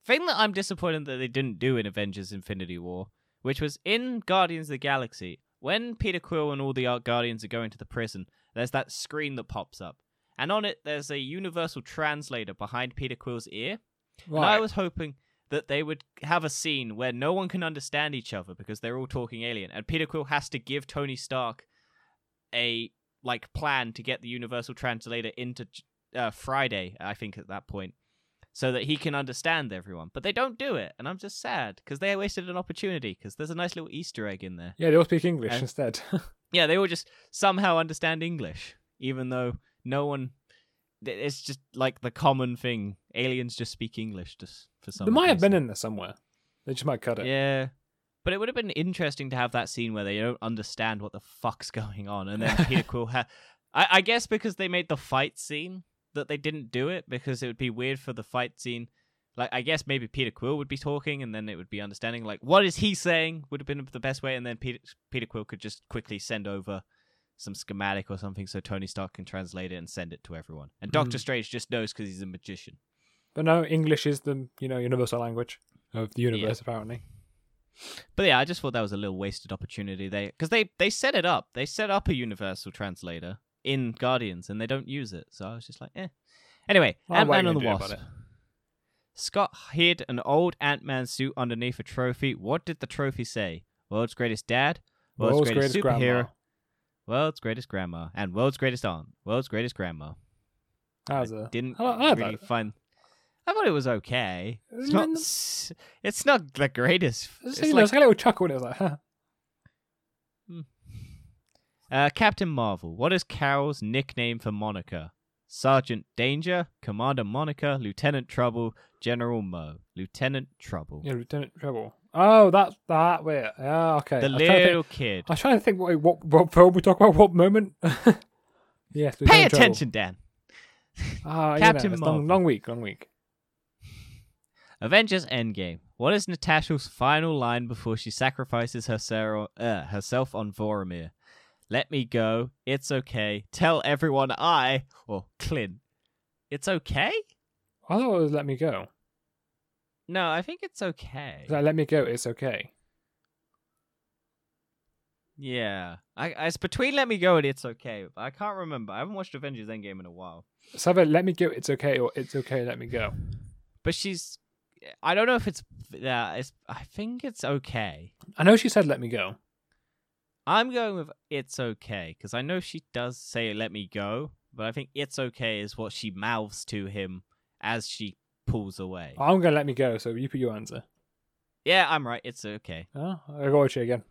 Speaker 1: thing that I'm disappointed that they didn't do in Avengers: Infinity War, which was in Guardians of the Galaxy when Peter Quill and all the uh, Guardians are going to the prison. There's that screen that pops up, and on it there's a universal translator behind Peter Quill's ear. And I was hoping that they would have a scene where no one can understand each other because they're all talking alien, and Peter Quill has to give Tony Stark a like plan to get the Universal Translator into uh, Friday, I think at that point, so that he can understand everyone. But they don't do it, and I'm just sad because they wasted an opportunity because there's a nice little Easter egg in there.
Speaker 2: Yeah, they all speak English
Speaker 1: And-
Speaker 2: instead. (laughs)
Speaker 1: Yeah, they all just somehow understand English, even though no one. It's just like the common thing. Aliens just speak English just for some.
Speaker 2: they might have
Speaker 1: reason.
Speaker 2: been in there somewhere. They just might cut it.
Speaker 1: Yeah. But it would have been interesting to have that scene where they don't understand what the fuck's (laughs) going on, and then Peter Quill ha- I-, I guess because they made the fight scene that they didn't do it because it would be weird for the fight scene. Like I guess maybe Peter Quill would be talking, and then it would be understanding. Like what is he saying would have been the best way, and then Peter Peter Quill could just quickly send over some schematic or something so Tony Stark can translate it and send it to everyone. And Doctor
Speaker 2: Mm.
Speaker 1: Strange just knows because he's a magician.
Speaker 2: But no, English is the you know universal language of the universe. Apparently,
Speaker 1: But yeah, I just thought that was a little wasted opportunity. They because they they set it up. They set up a universal translator in Guardians, and they don't use it. So I was just like, eh. Anyway,
Speaker 2: Well,
Speaker 1: Ant
Speaker 2: what are
Speaker 1: Man
Speaker 2: you
Speaker 1: and the
Speaker 2: gonna do about
Speaker 1: Wasp. Scott hid an old Ant Man suit underneath a trophy. What did the trophy say? World's greatest dad, world's, greatest, superhero, world's greatest grandma, and world's greatest aunt, world's greatest grandma.
Speaker 2: grandma. How's that?
Speaker 1: Didn't
Speaker 2: I like- I like
Speaker 1: really
Speaker 2: that.
Speaker 1: find. I thought it was okay. It's
Speaker 2: Isn't
Speaker 1: not.
Speaker 2: it-
Speaker 1: s- It's not the greatest.
Speaker 2: It's,
Speaker 1: It's
Speaker 2: you know,
Speaker 1: like
Speaker 2: it's like a little chuckle, and it was like, huh.
Speaker 1: Uh, Captain Marvel. What is Carol's nickname for Monica? Sergeant Danger, Commander Monica, Lieutenant Trouble, General Mo. Lieutenant Trouble.
Speaker 2: you know, Lieutenant Trouble. Oh, that's that bit. Yeah, okay.
Speaker 1: The
Speaker 2: I was trying to think-
Speaker 1: little kid.
Speaker 2: I was trying to think what what, what film we talk about, what moment. (laughs) yes,
Speaker 1: Pay
Speaker 2: Lieutenant Trouble.
Speaker 1: attention, Dan.
Speaker 2: Ah, you know,
Speaker 1: Captain
Speaker 2: it's long,
Speaker 1: Marvel.
Speaker 2: long week, long week.
Speaker 1: Avengers Endgame. What is Natasha's final line before she sacrifices her ser- uh, herself on Voromir? Let me go. It's okay. Tell everyone I, or Clint, it's okay?
Speaker 2: I thought it was "Let Me Go."
Speaker 1: No, I think it's okay.
Speaker 2: It's like, "Let Me Go," it's okay.
Speaker 1: Yeah, I, I it's between Let Me Go and It's Okay. but I can't remember. I haven't watched Avengers Endgame in a while.
Speaker 2: So either "Let Me Go," it's okay, or "It's okay, let me go."
Speaker 1: But she's, I don't know if it's yeah. It's I think it's okay.
Speaker 2: I know she said "Let Me Go."
Speaker 1: I'm going with It's Okay because I know she does say Let Me Go, but I think It's Okay is what she mouths to him as she pulls away.
Speaker 2: I'm gonna let me go. So you put your answer.
Speaker 1: yeah, I'm right. It's okay.
Speaker 2: Oh, I gotta watch it again.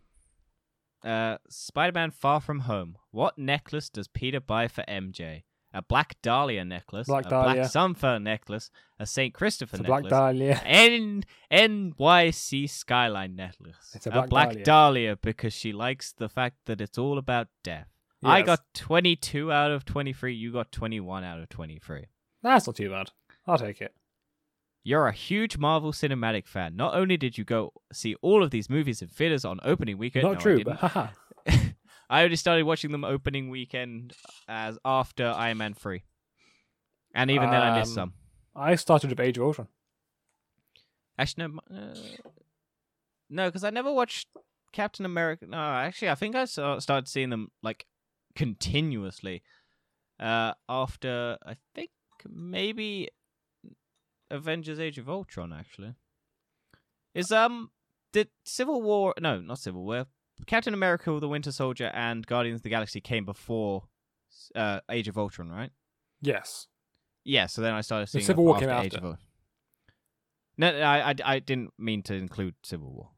Speaker 1: Uh, Spider-Man: Far From Home. What necklace does Peter buy for MJ? A black dahlia necklace,
Speaker 2: Black
Speaker 1: a
Speaker 2: dahlia.
Speaker 1: black sunflower necklace, a Saint Christopher
Speaker 2: It's a
Speaker 1: necklace,
Speaker 2: black dahlia.
Speaker 1: N NYC Skyline necklace.
Speaker 2: It's a black
Speaker 1: dahlia.
Speaker 2: dahlia.
Speaker 1: because she likes the fact that it's all about death. I
Speaker 2: Yes.
Speaker 1: got 22 out of 23. You got 21 out of 23.
Speaker 2: That's not too bad. I'll take it.
Speaker 1: You're a huge Marvel cinematic fan. Not only did you go see all of these movies in theaters on opening weekend,
Speaker 2: not
Speaker 1: No, I
Speaker 2: true,
Speaker 1: didn't.
Speaker 2: but haha.
Speaker 1: (laughs) I only started watching them opening weekend as after Iron Man 3. And even then, I missed
Speaker 2: Um,
Speaker 1: some.
Speaker 2: I started with Age of Ultron.
Speaker 1: Actually, no, m- uh, no, because I never watched Captain America. No, actually, I think I saw, started seeing them like continuously uh, after I think maybe Avengers: Age of Ultron. Actually, is um did Civil War? No, not Civil War. Captain America: The Winter Soldier and Guardians of the Galaxy came before uh, Age of Ultron, right?
Speaker 2: Yes.
Speaker 1: Yeah, so then I started seeing
Speaker 2: Civil
Speaker 1: it
Speaker 2: War
Speaker 1: after
Speaker 2: came
Speaker 1: Age
Speaker 2: after.
Speaker 1: of Ultron. No, no, I, I, I didn't mean to include Civil War.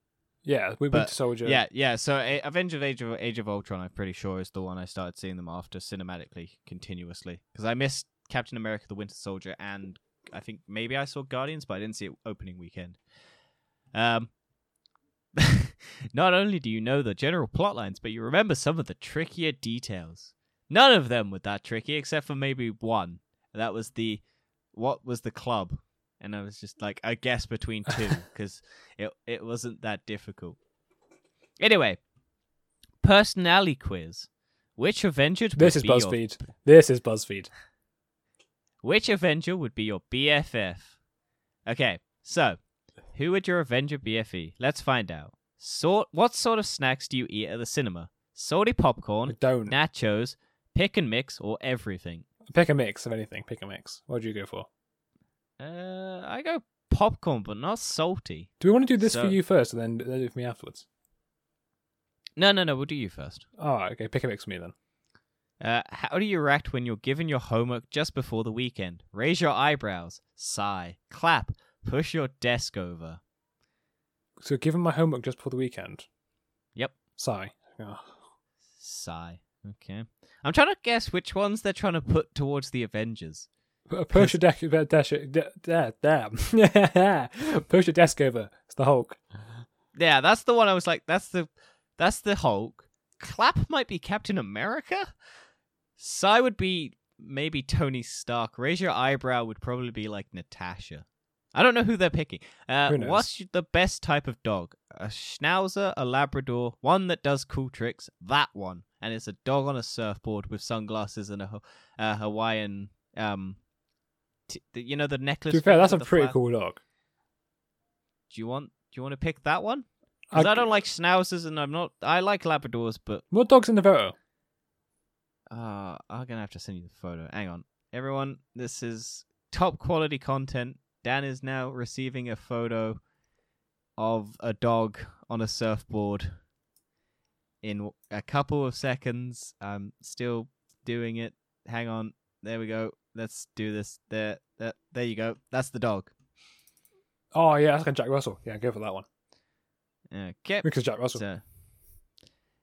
Speaker 2: Yeah, we
Speaker 1: But-
Speaker 2: Winter Soldier.
Speaker 1: Yeah, yeah. So A- Avengers Age of Age of Ultron, I'm pretty sure is the one I started seeing them after cinematically continuously because I missed Captain America: The Winter Soldier and I think maybe I saw Guardians, but I didn't see it opening weekend. Um, (laughs) Not only do you know the general plot lines, but you remember some of the trickier details. None of them were that tricky, except for maybe one. That was the what was the club, and I was just like, I guess between two,
Speaker 2: (laughs)
Speaker 1: because it it wasn't that difficult. Anyway, personality quiz: Which Avenger? would
Speaker 2: This is
Speaker 1: be your-
Speaker 2: BuzzFeed. This is BuzzFeed.
Speaker 1: which Avenger would be your BFF? Okay, so who would your Avenger BFE? Let's find out. Sort what sort of snacks do you eat at the cinema? Salty
Speaker 2: I
Speaker 1: popcorn,
Speaker 2: don't
Speaker 1: nachos, pick and mix, or everything?
Speaker 2: pick a mix of anything. Pick a mix. What do you go for?
Speaker 1: Uh, I go popcorn, but not salty.
Speaker 2: Do we want to do this for
Speaker 1: So-
Speaker 2: you first, and then then do it for me afterwards?
Speaker 1: No, no, no. We'll do you first.
Speaker 2: Oh, okay. Pick a mix for me then.
Speaker 1: Uh, how do you react when you're given your homework just before the weekend? Raise your eyebrows, sigh, clap, push your desk over.
Speaker 2: So, given my homework just before the weekend.
Speaker 1: Yep.
Speaker 2: Sigh. Oh,
Speaker 1: Sigh. Okay. I'm trying to guess which ones they're trying to put towards the Avengers.
Speaker 2: push your desk. Dash it. da- da- Damn. (laughs) push your desk over. It's the Hulk.
Speaker 1: Yeah, that's the one I was like, that's the that's the Hulk. Clap might be Captain America. Sigh would be maybe Tony Stark. Raise your eyebrow would probably be like Natasha. I don't know who they're picking. Uh,
Speaker 2: Who knows?
Speaker 1: what's the best type of dog? A Schnauzer, a Labrador, one that does cool tricks. That one, and it's a dog on a surfboard with sunglasses and a Ho- uh, Hawaiian um, t- the- you know the necklace.
Speaker 2: To be fair,
Speaker 1: thing
Speaker 2: that's a
Speaker 1: with the
Speaker 2: pretty
Speaker 1: flower-
Speaker 2: cool dog.
Speaker 1: Do you want? Do you want to pick that one? Because I don't like schnauzers, and I'm not. I like Labradors, but
Speaker 2: What dog's in the photo?
Speaker 1: uh, I'm gonna have to send you the photo. Hang on, everyone. This is top quality content. Dan is now receiving a photo of a dog on a surfboard. In a couple of seconds, I'm still doing it. Hang on. There we go. Let's do this. There, there, there you go. That's the dog.
Speaker 2: Oh yeah, that's like Jack Russell. Yeah, go for that one
Speaker 1: Okay.
Speaker 2: because Jack Russell. (laughs)
Speaker 1: So,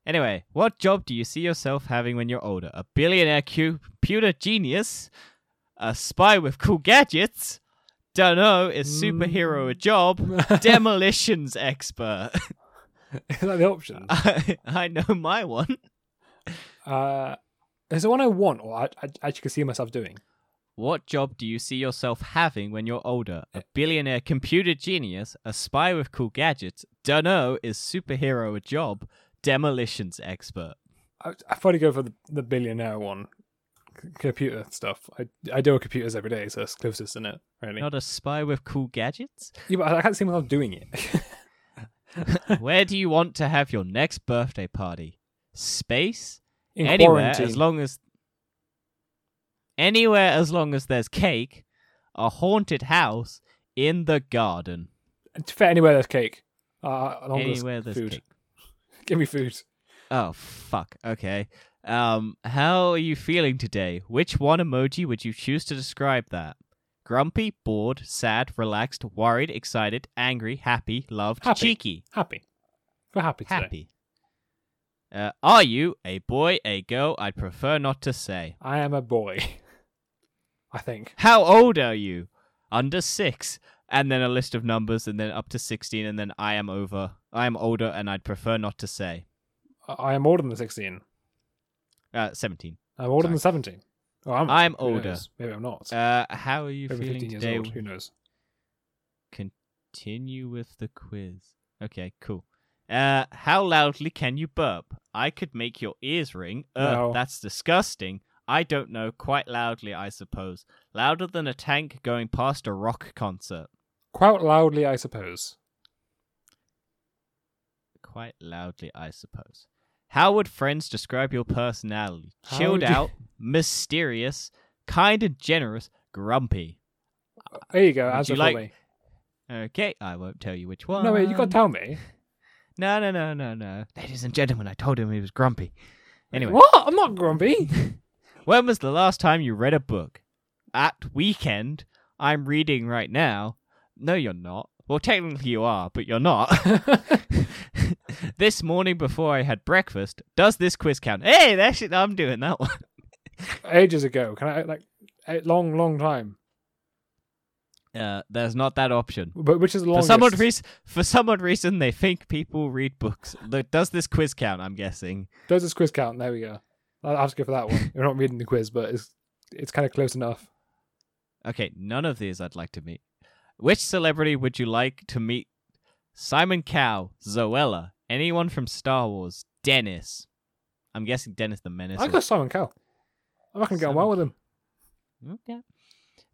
Speaker 1: anyway, what job do you see yourself having when you're older? A billionaire cu- computer genius? A spy with cool gadgets? Dunno, is superhero a job? Demolitions expert. (laughs)
Speaker 2: Is that the options?
Speaker 1: I, I know my one.
Speaker 2: Uh, is the one I want, or I, I I actually could see myself doing?
Speaker 1: What job do you see yourself having when you're older? A billionaire computer genius? A spy with cool gadgets? Dunno, is superhero a job? Demolitions expert.
Speaker 2: I I probably go for the, the billionaire one, C- computer stuff. I I deal with computers every day, so it's closest in it really.
Speaker 1: Not a spy with cool gadgets?
Speaker 2: Yeah, but I can't see myself doing it. (laughs)
Speaker 1: Where do you want to have your next birthday party? Space?
Speaker 2: in
Speaker 1: anywhere
Speaker 2: quarantine.
Speaker 1: as long as anywhere as long as there's cake, a haunted house in the garden.
Speaker 2: To fit anywhere there's cake. Uh, along with
Speaker 1: anywhere there's
Speaker 2: food.
Speaker 1: cake.
Speaker 2: (laughs) Give me food.
Speaker 1: Oh fuck. Okay. Um how are you feeling today? Which one emoji would you choose to describe that? Grumpy, bored, sad, relaxed, worried, excited, angry, happy, loved,
Speaker 2: Happy.
Speaker 1: cheeky.
Speaker 2: Happy. We're happy today.
Speaker 1: happy. Uh, are you a boy, a girl? I'd prefer not to say.
Speaker 2: I am a boy. (laughs) I think.
Speaker 1: How old are you? Under six. And then a list of numbers, and then up to 16, and then I am over. I am older, and I'd prefer not to say.
Speaker 2: I, I am older than 16.
Speaker 1: Uh, 17.
Speaker 2: I'm older than 17. Oh, I'm,
Speaker 1: I'm
Speaker 2: who
Speaker 1: older.
Speaker 2: knows? Maybe I'm not.
Speaker 1: Uh, how are you
Speaker 2: Maybe
Speaker 1: feeling
Speaker 2: 15 years
Speaker 1: today?
Speaker 2: old. Who knows?
Speaker 1: Continue with the quiz. Okay, cool. Uh, how loudly can you burp? I could make your ears ring. Uh,
Speaker 2: No.
Speaker 1: that's disgusting. I don't know. Quite loudly, I suppose. Louder than a tank going past a rock concert.
Speaker 2: Quite loudly, I suppose.
Speaker 1: quite loudly, I suppose. How would friends describe your personality?
Speaker 2: How
Speaker 1: Chilled
Speaker 2: would you-
Speaker 1: out, (laughs) mysterious, kind and generous, grumpy.
Speaker 2: There you go.
Speaker 1: Would
Speaker 2: Answer
Speaker 1: you
Speaker 2: for
Speaker 1: like-
Speaker 2: me.
Speaker 1: Okay, I won't tell you which one.
Speaker 2: No, wait, you got to tell me.
Speaker 1: No, no, no, no, no. Ladies and gentlemen, I told him he was grumpy. Anyway,
Speaker 2: What? I'm not grumpy. (laughs)
Speaker 1: when was the last time you read a book? At weekend. I'm reading right now. No, you're not. Well, technically you are, but you're not. (laughs) this morning before I had breakfast, does this quiz count? Hey, that's it. I'm doing that one. (laughs)
Speaker 2: Ages ago. Can I, like, a long, long time?
Speaker 1: Uh, there's not that option.
Speaker 2: But which is the
Speaker 1: For
Speaker 2: longest?
Speaker 1: some, odd reason, for some odd reason, they think people read books. Look, Does this quiz count? I'm guessing.
Speaker 2: Does this quiz count? There we go. I I have to go for that one. We're not reading the quiz, but it's it's kind of close enough.
Speaker 1: Okay, none of these I'd like to meet. Which celebrity would you like to meet? Simon Cowell, Zoella, anyone from Star Wars, Dennis. I'm guessing Dennis the Menace.
Speaker 2: I
Speaker 1: or-
Speaker 2: got Simon Cowell. I'm not gonna get on well with him.
Speaker 1: Okay.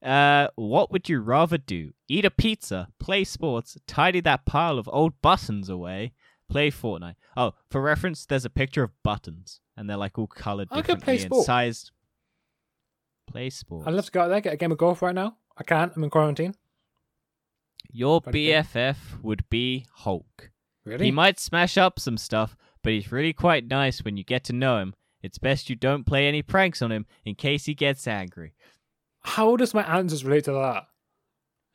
Speaker 1: Uh, what would you rather do? Eat a pizza, play sports, tidy that pile of old buttons away, play Fortnite. Oh, for reference, there's a picture of buttons, and they're like all coloured
Speaker 2: I could play
Speaker 1: differently and
Speaker 2: sport.
Speaker 1: sized. Play sports.
Speaker 2: I'd love to go out there get a game of golf right now. I can't. I'm in quarantine.
Speaker 1: Your
Speaker 2: I'd play.
Speaker 1: BFF would be Hulk.
Speaker 2: Really?
Speaker 1: He might smash up some stuff, but he's really quite nice when you get to know him. It's best you don't play any pranks on him in case he gets angry.
Speaker 2: How does my answers relate to that?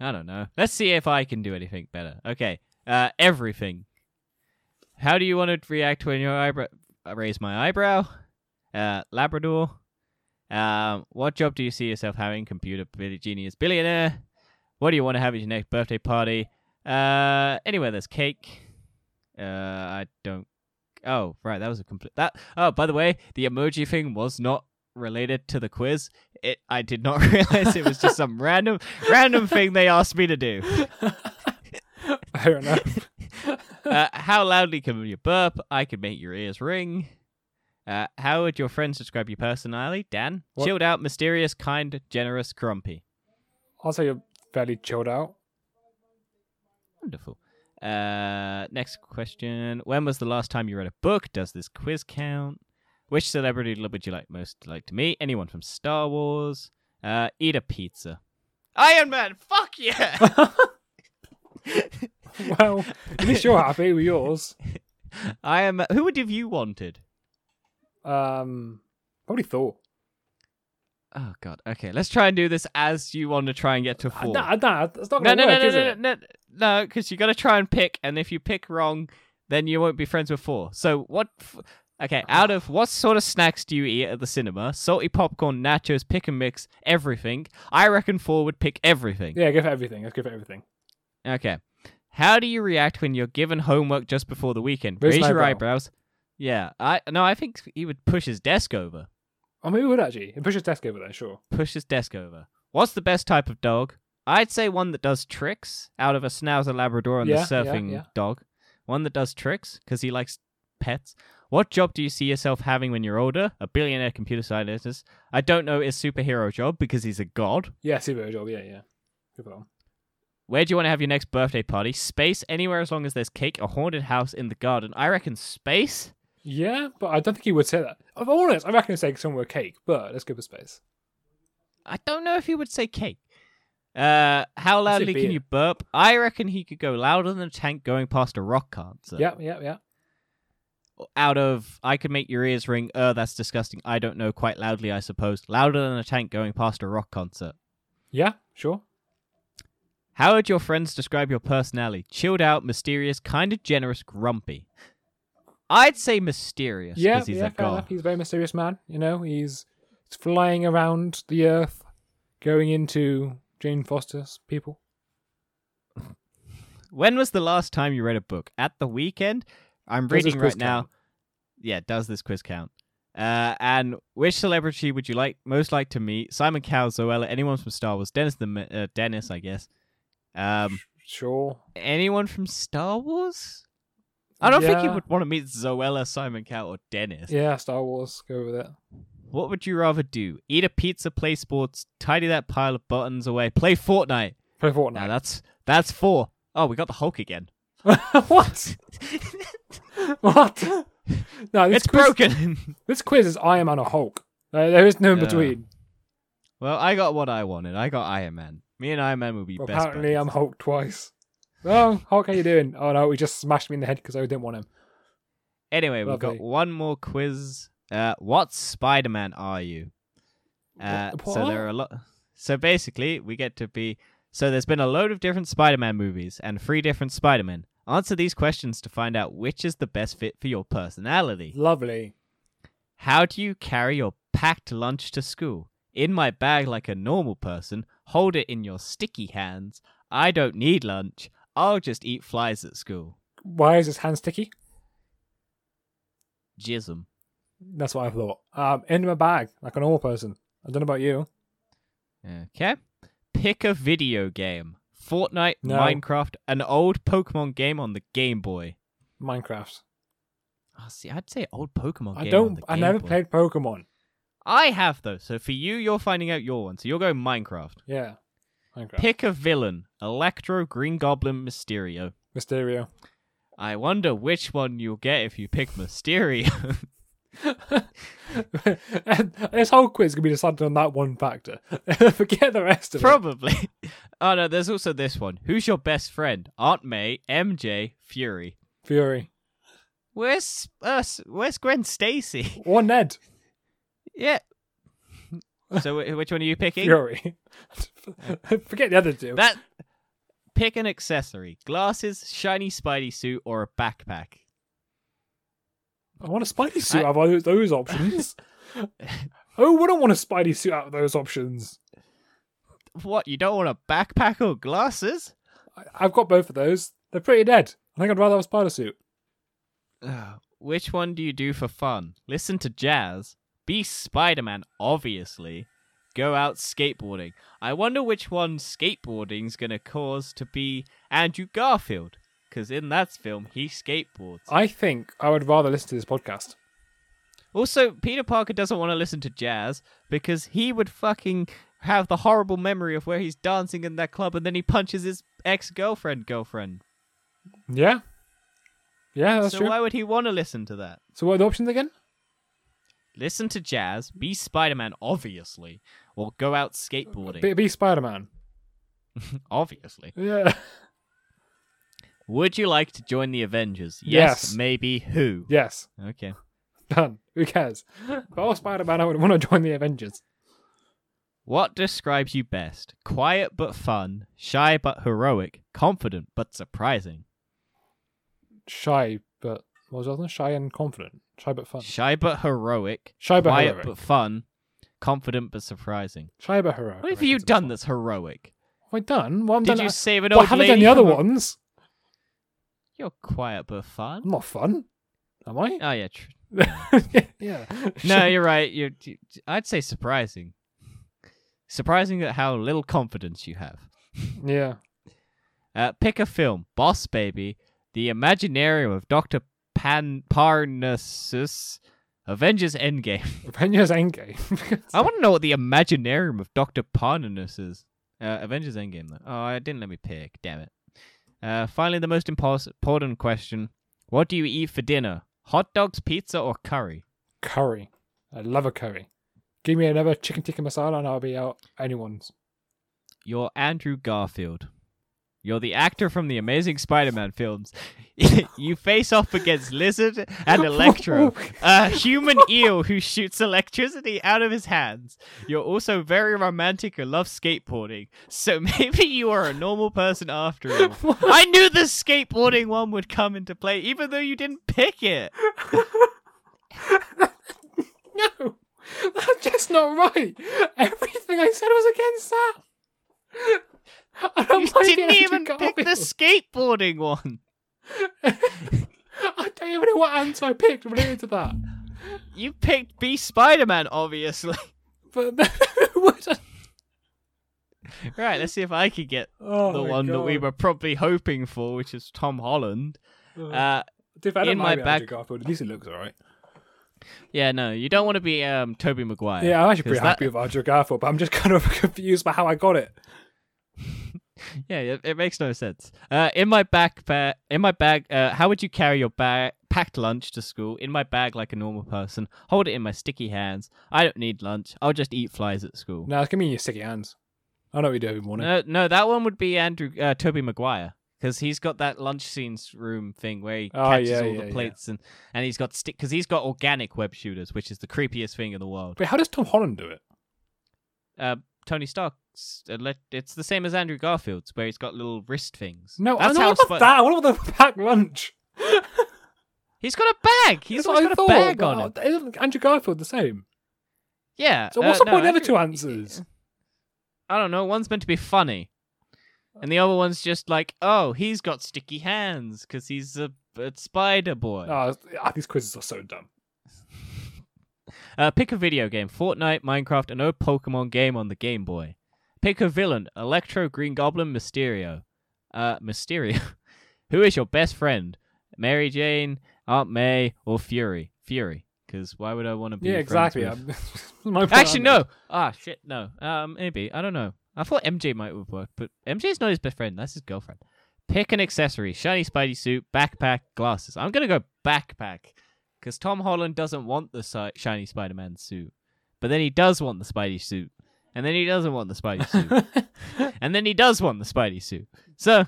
Speaker 1: I don't know. Let's see if I can do anything better. Okay. Uh, everything. How do you want to react when your eyebrow? I raise my eyebrow. Uh, Labrador. Um, what job do you see yourself having? Computer billi- genius billionaire. What do you want to have at your next birthday party? Uh, anywhere there's cake. Uh, I don't. Oh, right. That was a complete. That. Oh, by the way, the emoji thing was not related to the quiz. It. I did not (laughs) realize it was just some random, random thing they asked me to do. (laughs)
Speaker 2: Fair enough.
Speaker 1: Uh, how loudly can you burp? I could make your ears ring. Uh, how would your friends describe your personality? Dan,
Speaker 2: What?
Speaker 1: chilled out, mysterious, kind, generous, grumpy.
Speaker 2: I'll say you're fairly chilled out.
Speaker 1: Wonderful. Uh, next question. When was the last time you read a book? Does this quiz count? Which celebrity would you like most like to meet? Anyone from Star Wars? Uh, eat a pizza. Iron Man. Fuck yeah.
Speaker 2: Well, at least you're happy with yours.
Speaker 1: I am. Who would have you wanted?
Speaker 2: Um, probably Thor.
Speaker 1: Oh god. Okay, let's try and do this as you want to try and get to
Speaker 2: I,
Speaker 1: four.
Speaker 2: I, I, it's not
Speaker 1: No,
Speaker 2: gonna
Speaker 1: no,
Speaker 2: work,
Speaker 1: no,
Speaker 2: is
Speaker 1: no, no,
Speaker 2: it?
Speaker 1: no, no, because you got to try and pick, and if you pick wrong, then you won't be friends with four. So what? F- okay, out of what sort of snacks do you eat at the cinema? Salty popcorn, nachos, pick and mix, everything. I reckon four would pick everything.
Speaker 2: Yeah, go for everything. Let's go for everything.
Speaker 1: Okay. How do you react when you're given homework just before the weekend?
Speaker 2: Raise
Speaker 1: Raise
Speaker 2: an
Speaker 1: your
Speaker 2: eyebrow.
Speaker 1: eyebrows. Yeah, I no, I think he would push his desk over.
Speaker 2: Oh, maybe we would actually. It pushes desk over there, sure.
Speaker 1: push his desk over. What's the best type of dog? I'd say one that does tricks out of a Schnauzer Labrador and
Speaker 2: Yeah, yeah,
Speaker 1: the surfing
Speaker 2: yeah.
Speaker 1: dog. One that does tricks because he likes pets. What job do you see yourself having when you're older? A billionaire computer scientist. I don't know his superhero job because he's a god.
Speaker 2: Yeah, super job. Yeah, yeah. Good one.
Speaker 1: Where do you want to have your next birthday party? Space, anywhere as long as there's cake, a haunted house in the garden. I reckon space?
Speaker 2: Yeah, but I don't think he would say that. Of all honest, I reckon he'd say somewhere cake, but let's go for space.
Speaker 1: I don't know if he would say cake. Uh, how
Speaker 2: say
Speaker 1: loudly
Speaker 2: beer.
Speaker 1: can you burp? I reckon he could go louder than a tank going past a rock concert.
Speaker 2: Yeah, yeah, yeah.
Speaker 1: out of I could make your ears ring, uh, that's disgusting. I don't know, quite loudly, I suppose. Louder than a tank going past a rock concert.
Speaker 2: Yeah, sure.
Speaker 1: How would your friends describe your personality? Chilled out, mysterious, kind of generous, grumpy. I'd say mysterious
Speaker 2: Yeah,
Speaker 1: because he's
Speaker 2: yeah,
Speaker 1: a
Speaker 2: fair
Speaker 1: god.
Speaker 2: enough. He's a very mysterious man. You know, he's, he's flying around the earth, going into Jane Foster's people.
Speaker 1: When was the last time you read a book? At the weekend? I'm
Speaker 2: Does this
Speaker 1: reading
Speaker 2: quiz
Speaker 1: right now.
Speaker 2: count?
Speaker 1: Yeah, does this quiz count? Uh, and which celebrity would you like most like to meet? Simon Cowell, Zoella, anyone from Star Wars? Dennis the Ma- uh, Dennis, I guess. Um,
Speaker 2: Sure.
Speaker 1: anyone from Star Wars? I don't think you
Speaker 2: Yeah.
Speaker 1: would want to meet Zoella, Simon Cowell, or Dennis.
Speaker 2: Yeah, Star Wars. Go with it.
Speaker 1: What would you rather do? Eat a pizza, play sports, tidy that pile of buttons away, play Fortnite.
Speaker 2: Play
Speaker 1: Now
Speaker 2: Fortnite.
Speaker 1: that's that's four. Oh, we got the Hulk again.
Speaker 2: (laughs) what? what? No, this
Speaker 1: it's
Speaker 2: quiz,
Speaker 1: broken. (laughs)
Speaker 2: this quiz is Iron Man or Hulk. Uh, there is no in
Speaker 1: Yeah.
Speaker 2: between.
Speaker 1: well, I got what I wanted. I got Iron Man. Me and Iron Man will be
Speaker 2: Well,
Speaker 1: best.
Speaker 2: apparently,
Speaker 1: buddies.
Speaker 2: I'm Hulk twice. Oh, Hulk, how you doing? Oh no, he just smashed me in the head because I didn't want him.
Speaker 1: Anyway, we've got
Speaker 2: Lovely.
Speaker 1: one more quiz. Uh, what Spider Man are you? Uh,
Speaker 2: Wh-
Speaker 1: so there are a lot. So basically, we get to be. So there's been a load of different Spider Man movies and three different Spider Men. Answer these questions to find out which is the best fit for your personality.
Speaker 2: Lovely.
Speaker 1: How do you carry your packed lunch to school? in my bag like a normal person, hold it in your sticky hands. I don't need lunch. I'll just eat flies at school.
Speaker 2: Why is his hand sticky?
Speaker 1: Jism.
Speaker 2: That's what I thought. Um, in my bag, like a normal person. I don't know about you.
Speaker 1: Okay. Pick a video game. Fortnite,
Speaker 2: No.
Speaker 1: Minecraft, an old Pokemon game on the Game Boy.
Speaker 2: Minecraft.
Speaker 1: Oh, see, I'd say old Pokemon game.
Speaker 2: I
Speaker 1: on
Speaker 2: don't.
Speaker 1: the
Speaker 2: I
Speaker 1: Game
Speaker 2: never
Speaker 1: Boy.
Speaker 2: played Pokemon.
Speaker 1: I have, though. So for you, you're finding out your one. So you're going Minecraft.
Speaker 2: Yeah. Minecraft.
Speaker 1: Pick a villain Electro, Green Goblin, Mysterio.
Speaker 2: Mysterio.
Speaker 1: (laughs)
Speaker 2: (laughs)
Speaker 1: I wonder which one you'll get if you pick Mysterio. (laughs)
Speaker 2: (laughs) and this whole quiz could be decided on that one factor. (laughs) Forget the rest of it.
Speaker 1: Probably. Oh, no, there's also this one. Who's your best friend? Aunt May, MJ, Fury.
Speaker 2: Fury
Speaker 1: Where's us? Where's Gwen Stacy?
Speaker 2: or Ned.
Speaker 1: (laughs) Yeah. So wh- which one are you picking?
Speaker 2: Fury. (laughs) Forget the other two.
Speaker 1: That pick an accessory: glasses, shiny Spidey suit, or a backpack.
Speaker 2: I want a Spidey suit
Speaker 1: I-
Speaker 2: out of those- those
Speaker 1: (laughs)
Speaker 2: options. Who wouldn't want a Spidey suit out of those options?
Speaker 1: What? You don't want a backpack or glasses?
Speaker 2: I- I've got both of those. They're pretty dead. I think I'd rather have a spider suit.
Speaker 1: Ugh, which one do you do for fun? Listen to jazz, be Spider-Man, obviously. Go out skateboarding. I wonder which one skateboarding's gonna cause to be Andrew Garfield, because in that film he skateboards.
Speaker 2: I think I would rather listen to this podcast.
Speaker 1: Also, Peter Parker doesn't want to listen to jazz because he would fucking have the horrible memory of where he's dancing in that club and then he punches his ex girlfriend girlfriend.
Speaker 2: Yeah. Yeah, that's
Speaker 1: So
Speaker 2: true.
Speaker 1: why would he want to listen to that?
Speaker 2: So what are the options again?
Speaker 1: Listen to jazz, be Spider Man, obviously, or go out skateboarding,
Speaker 2: Be, be Spider Man.
Speaker 1: obviously.
Speaker 2: Yeah. (laughs)
Speaker 1: Would you like to join the Avengers?
Speaker 2: Yes.
Speaker 1: Maybe who?
Speaker 2: yes.
Speaker 1: Okay.
Speaker 2: Done. Who cares? If I was Spider Man, I would want to join the Avengers.
Speaker 1: What describes you best? Quiet but fun, shy but heroic, confident but surprising.
Speaker 2: Shy, but what was the other one? Shy and confident. Shy but fun.
Speaker 1: Shy but heroic,
Speaker 2: Shy but
Speaker 1: quiet
Speaker 2: heroic.
Speaker 1: but fun, confident but surprising.
Speaker 2: Shy but heroic.
Speaker 1: What
Speaker 2: I
Speaker 1: have
Speaker 2: reckon
Speaker 1: you
Speaker 2: is the
Speaker 1: done
Speaker 2: one.
Speaker 1: that's heroic?
Speaker 2: Have I done? Well, I'm
Speaker 1: Did
Speaker 2: done.
Speaker 1: you save an
Speaker 2: well, I
Speaker 1: old
Speaker 2: haven't
Speaker 1: lady?
Speaker 2: done the other
Speaker 1: from a-
Speaker 2: ones.
Speaker 1: You're quiet but
Speaker 2: I'm (laughs)
Speaker 1: fun.
Speaker 2: not fun. Am I?
Speaker 1: Oh
Speaker 2: (laughs)
Speaker 1: yeah. Tr-
Speaker 2: yeah.
Speaker 1: no, you're right. You're, you, I'd say surprising. Surprising at how little confidence you have.
Speaker 2: Yeah.
Speaker 1: Uh, pick a film: Boss Baby, The Imaginarium of Doctor Pan Parnassus, Avengers Endgame.
Speaker 2: Avengers Endgame. (laughs)
Speaker 1: I want to know what the Imaginarium of Dr. Parnassus is. Uh, Avengers Endgame, though. Oh, it didn't let me pick. Damn it. Uh, finally, the most impos- important question What do you eat for dinner? Hot dogs, pizza, or curry?
Speaker 2: curry. I love a curry. Give me another chicken tikka masala and I'll be out anyone's.
Speaker 1: You're Andrew Garfield. You're the actor from the Amazing Spider Man films. (laughs) you face off against Lizard
Speaker 2: (laughs)
Speaker 1: and Electro, a human eel who shoots electricity out of his hands. You're also very romantic and love skateboarding, so (laughs) maybe you are a normal person after all. I knew the skateboarding one would come into play, even though you didn't pick
Speaker 2: (laughs)
Speaker 1: it.
Speaker 2: No, that's just not right. Everything I said was against that. I don't
Speaker 1: You
Speaker 2: like
Speaker 1: didn't
Speaker 2: Andrew
Speaker 1: even pick the
Speaker 2: Garfield.
Speaker 1: skateboarding one.
Speaker 2: (laughs) I don't even know what answer I picked related to that.
Speaker 1: You picked B Spider Man, obviously. (laughs)
Speaker 2: But (laughs) what a-
Speaker 1: Right, let's see if I could get
Speaker 2: oh
Speaker 1: the
Speaker 2: my
Speaker 1: one that we
Speaker 2: God.
Speaker 1: were probably hoping for, which is Tom Holland. Uh,
Speaker 2: Dude, I don't
Speaker 1: in
Speaker 2: mind
Speaker 1: my
Speaker 2: being Andrew
Speaker 1: back-
Speaker 2: Garfield. At least it looks alright.
Speaker 1: yeah, no, you don't want to be um Toby Maguire.
Speaker 2: Yeah, I'm actually pretty
Speaker 1: 'cause that-
Speaker 2: happy with Andrew Garfield, but I'm just (laughs) kind of confused by how I got it.
Speaker 1: Yeah, it, it makes no sense. Uh, in my backpack, in my bag, uh, how would you carry your bag, packed lunch to school? In my bag, like a normal person. Hold it in my sticky hands. I don't need lunch. I'll just eat flies at school.
Speaker 2: No, it's gonna be your sticky hands. I know what you do every morning.
Speaker 1: No, no, that one would be Andrew uh, Toby Maguire because he's got that lunch scenes room thing where he
Speaker 2: Oh,
Speaker 1: catches
Speaker 2: yeah,
Speaker 1: all
Speaker 2: yeah,
Speaker 1: the
Speaker 2: yeah.
Speaker 1: plates and and he's got stick because he's got organic web shooters, which is the creepiest thing in the world.
Speaker 2: But how does Tom Holland do it?
Speaker 1: Uh, Tony Stark's ele- it's the same as Andrew Garfield's where he's got little wrist things.
Speaker 2: No,
Speaker 1: that's
Speaker 2: I
Speaker 1: how
Speaker 2: don't want
Speaker 1: Spi-
Speaker 2: that. I want the packed lunch.
Speaker 1: he's got a bag. He's
Speaker 2: That's
Speaker 1: always
Speaker 2: what I
Speaker 1: got a
Speaker 2: thought.
Speaker 1: bag
Speaker 2: but,
Speaker 1: on him.
Speaker 2: uh, Isn't Andrew Garfield the same?
Speaker 1: Yeah.
Speaker 2: So what's
Speaker 1: uh, no,
Speaker 2: the point of the
Speaker 1: every-
Speaker 2: two answers?
Speaker 1: I don't know. One's meant to be funny, and the other one's just like, oh, he's got sticky hands because he's a, a spider boy.
Speaker 2: Oh, ah, these quizzes are so dumb.
Speaker 1: Uh, pick a video game: Fortnite, Minecraft, and no Pokemon game on the Game Boy. Pick a villain: Electro, Green Goblin, Mysterio. Uh, Mysterio. (laughs) Who is your best friend? Mary Jane, Aunt May, or Fury? Fury. Because why would I want to be?
Speaker 2: Yeah,
Speaker 1: friends
Speaker 2: exactly.
Speaker 1: with-
Speaker 2: I'm- (laughs) my point
Speaker 1: Actually,
Speaker 2: I'm-
Speaker 1: no. Ah, shit, no. Um, maybe I don't know. I thought MJ might have worked, but MJ's not his best friend. That's his girlfriend. Pick an accessory: shiny Spidey suit, backpack, glasses. I'm gonna go backpack because Tom Holland doesn't want the si- shiny Spider-Man suit, but then he does want the Spidey suit, and then he doesn't want the Spidey suit, and then he does want the Spidey suit. So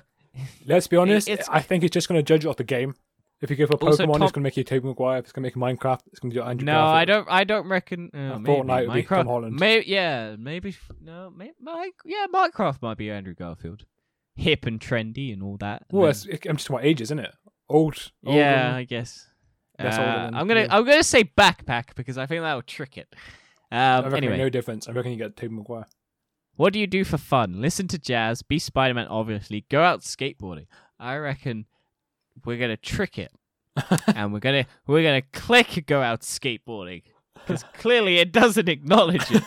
Speaker 2: Let's be honest.
Speaker 1: it's-
Speaker 2: I think it's just going to judge off the game. If you go for Pokemon,
Speaker 1: Also,
Speaker 2: it's
Speaker 1: Tom-
Speaker 2: going to make you Tobey Maguire. If it's going to make you Minecraft, it's going to do Andrew
Speaker 1: no,
Speaker 2: Garfield.
Speaker 1: I don't. I don't reckon. Uh,
Speaker 2: I
Speaker 1: maybe.
Speaker 2: thought Knight would be Tom
Speaker 1: Minecraft-
Speaker 2: Holland.
Speaker 1: may- yeah, maybe. No, maybe. Mike, yeah, Minecraft might be Andrew Garfield. Hip and trendy and all that. and
Speaker 2: Well,
Speaker 1: then-
Speaker 2: it's, it, I'm just talking about age, isn't it? Old. old
Speaker 1: yeah,
Speaker 2: and-
Speaker 1: I guess.
Speaker 2: That's
Speaker 1: Uh,
Speaker 2: older than-
Speaker 1: I'm gonna.
Speaker 2: yeah.
Speaker 1: I'm gonna say backpack because I think that will trick it.
Speaker 2: I
Speaker 1: Um,
Speaker 2: reckon
Speaker 1: anyway,
Speaker 2: no difference. I reckon you get Tobey Maguire.
Speaker 1: what do you do for fun? Listen to jazz. Be Spider Man, obviously. Go out skateboarding. I reckon we're gonna trick it, and we're gonna we're gonna click go out skateboarding because clearly it doesn't acknowledge it.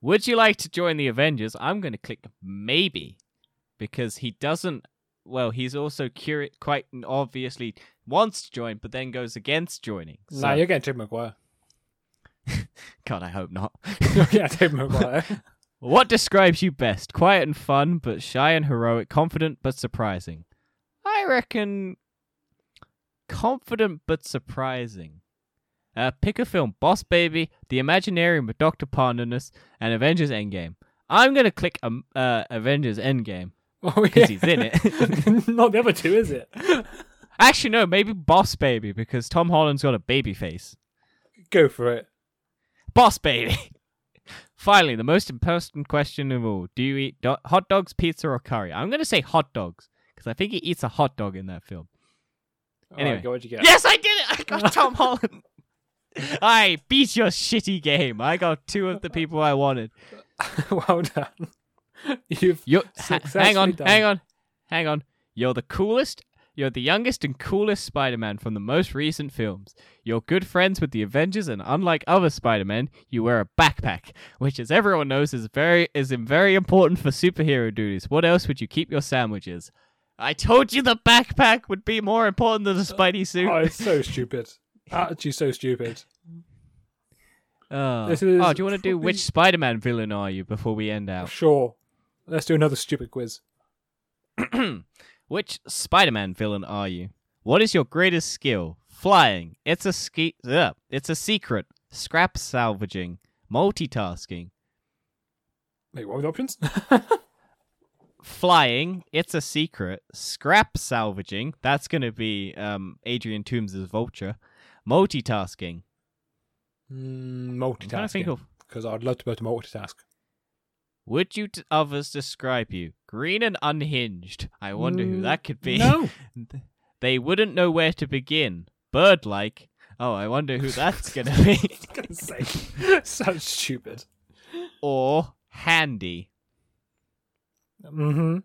Speaker 1: Would you like to join the Avengers? I'm going to click maybe because he doesn't. Well, he's also curi- quite obviously wants to join, but then goes against joining. So,
Speaker 2: Nah, you're getting Tobey Maguire.
Speaker 1: (laughs)
Speaker 2: (laughs)
Speaker 1: God, I hope not.
Speaker 2: yeah, Tobey Maguire.
Speaker 1: what describes you best? Quiet and fun, but shy and heroic, confident but surprising. I reckon confident but surprising. Uh, pick a film: Boss Baby, The Imaginarium with Doctor Parnanus, and Avengers Endgame. I'm gonna click um, uh, Avengers Endgame.
Speaker 2: Oh, yeah.
Speaker 1: 'Cause he's in it.
Speaker 2: (laughs) Not the other two,
Speaker 1: (laughs)
Speaker 2: is it?
Speaker 1: Actually, no, maybe Boss Baby because Tom Holland's got a baby face.
Speaker 2: Go for it.
Speaker 1: Boss Baby. (laughs) Finally, the most important question of all: Do you eat do- hot dogs, pizza, or curry? I'm gonna say hot dogs because I think he eats a hot dog in that film.
Speaker 2: Anyway,
Speaker 1: Anyway.
Speaker 2: go what'd you get?
Speaker 1: Yes, I did it. I got Tom Holland. I beat your shitty game. I got two of the people I wanted.
Speaker 2: (laughs) well done. You've
Speaker 1: You ha- hang
Speaker 2: Successfully
Speaker 1: on,
Speaker 2: done.
Speaker 1: hang on, hang on. You're the coolest. You're the youngest and coolest Spider-Man from the most recent films. You're good friends with the Avengers, and unlike other Spider-Men, you wear a backpack, which, as everyone knows, is very is very important for superhero duties. What else would you keep your sandwiches? I told you the backpack would be more important than the Spidey suit.
Speaker 2: (laughs) Oh, it's so stupid. Actually, so stupid.
Speaker 1: Oh.
Speaker 2: This is
Speaker 1: Oh, do you want to do
Speaker 2: probably-
Speaker 1: which Spider-Man villain are you before we end out?
Speaker 2: Sure. Let's do another stupid quiz.
Speaker 1: which Spider-Man villain are you? What is your greatest skill? Flying. It's a ski. Ugh. It's a secret. Scrap salvaging. Multitasking.
Speaker 2: Wait, what were the options? (laughs) Mm,
Speaker 1: Flying. It's a secret. Scrap salvaging. That's gonna be um Adrian Toomes' Vulture. Multitasking.
Speaker 2: mm,
Speaker 1: I'm trying to think
Speaker 2: multitasking.
Speaker 1: of.
Speaker 2: Because I'd love to be able to multitask.
Speaker 1: Would you t- others describe you? Green and unhinged. I wonder who
Speaker 2: Mm,
Speaker 1: that could be.
Speaker 2: No.
Speaker 1: (laughs)
Speaker 2: (laughs)
Speaker 1: They wouldn't know where to begin. Bird like. Oh, I wonder who that's going to
Speaker 2: (laughs)
Speaker 1: be.
Speaker 2: Goodness sake. so stupid.
Speaker 1: or handy.
Speaker 2: Mm-hmm.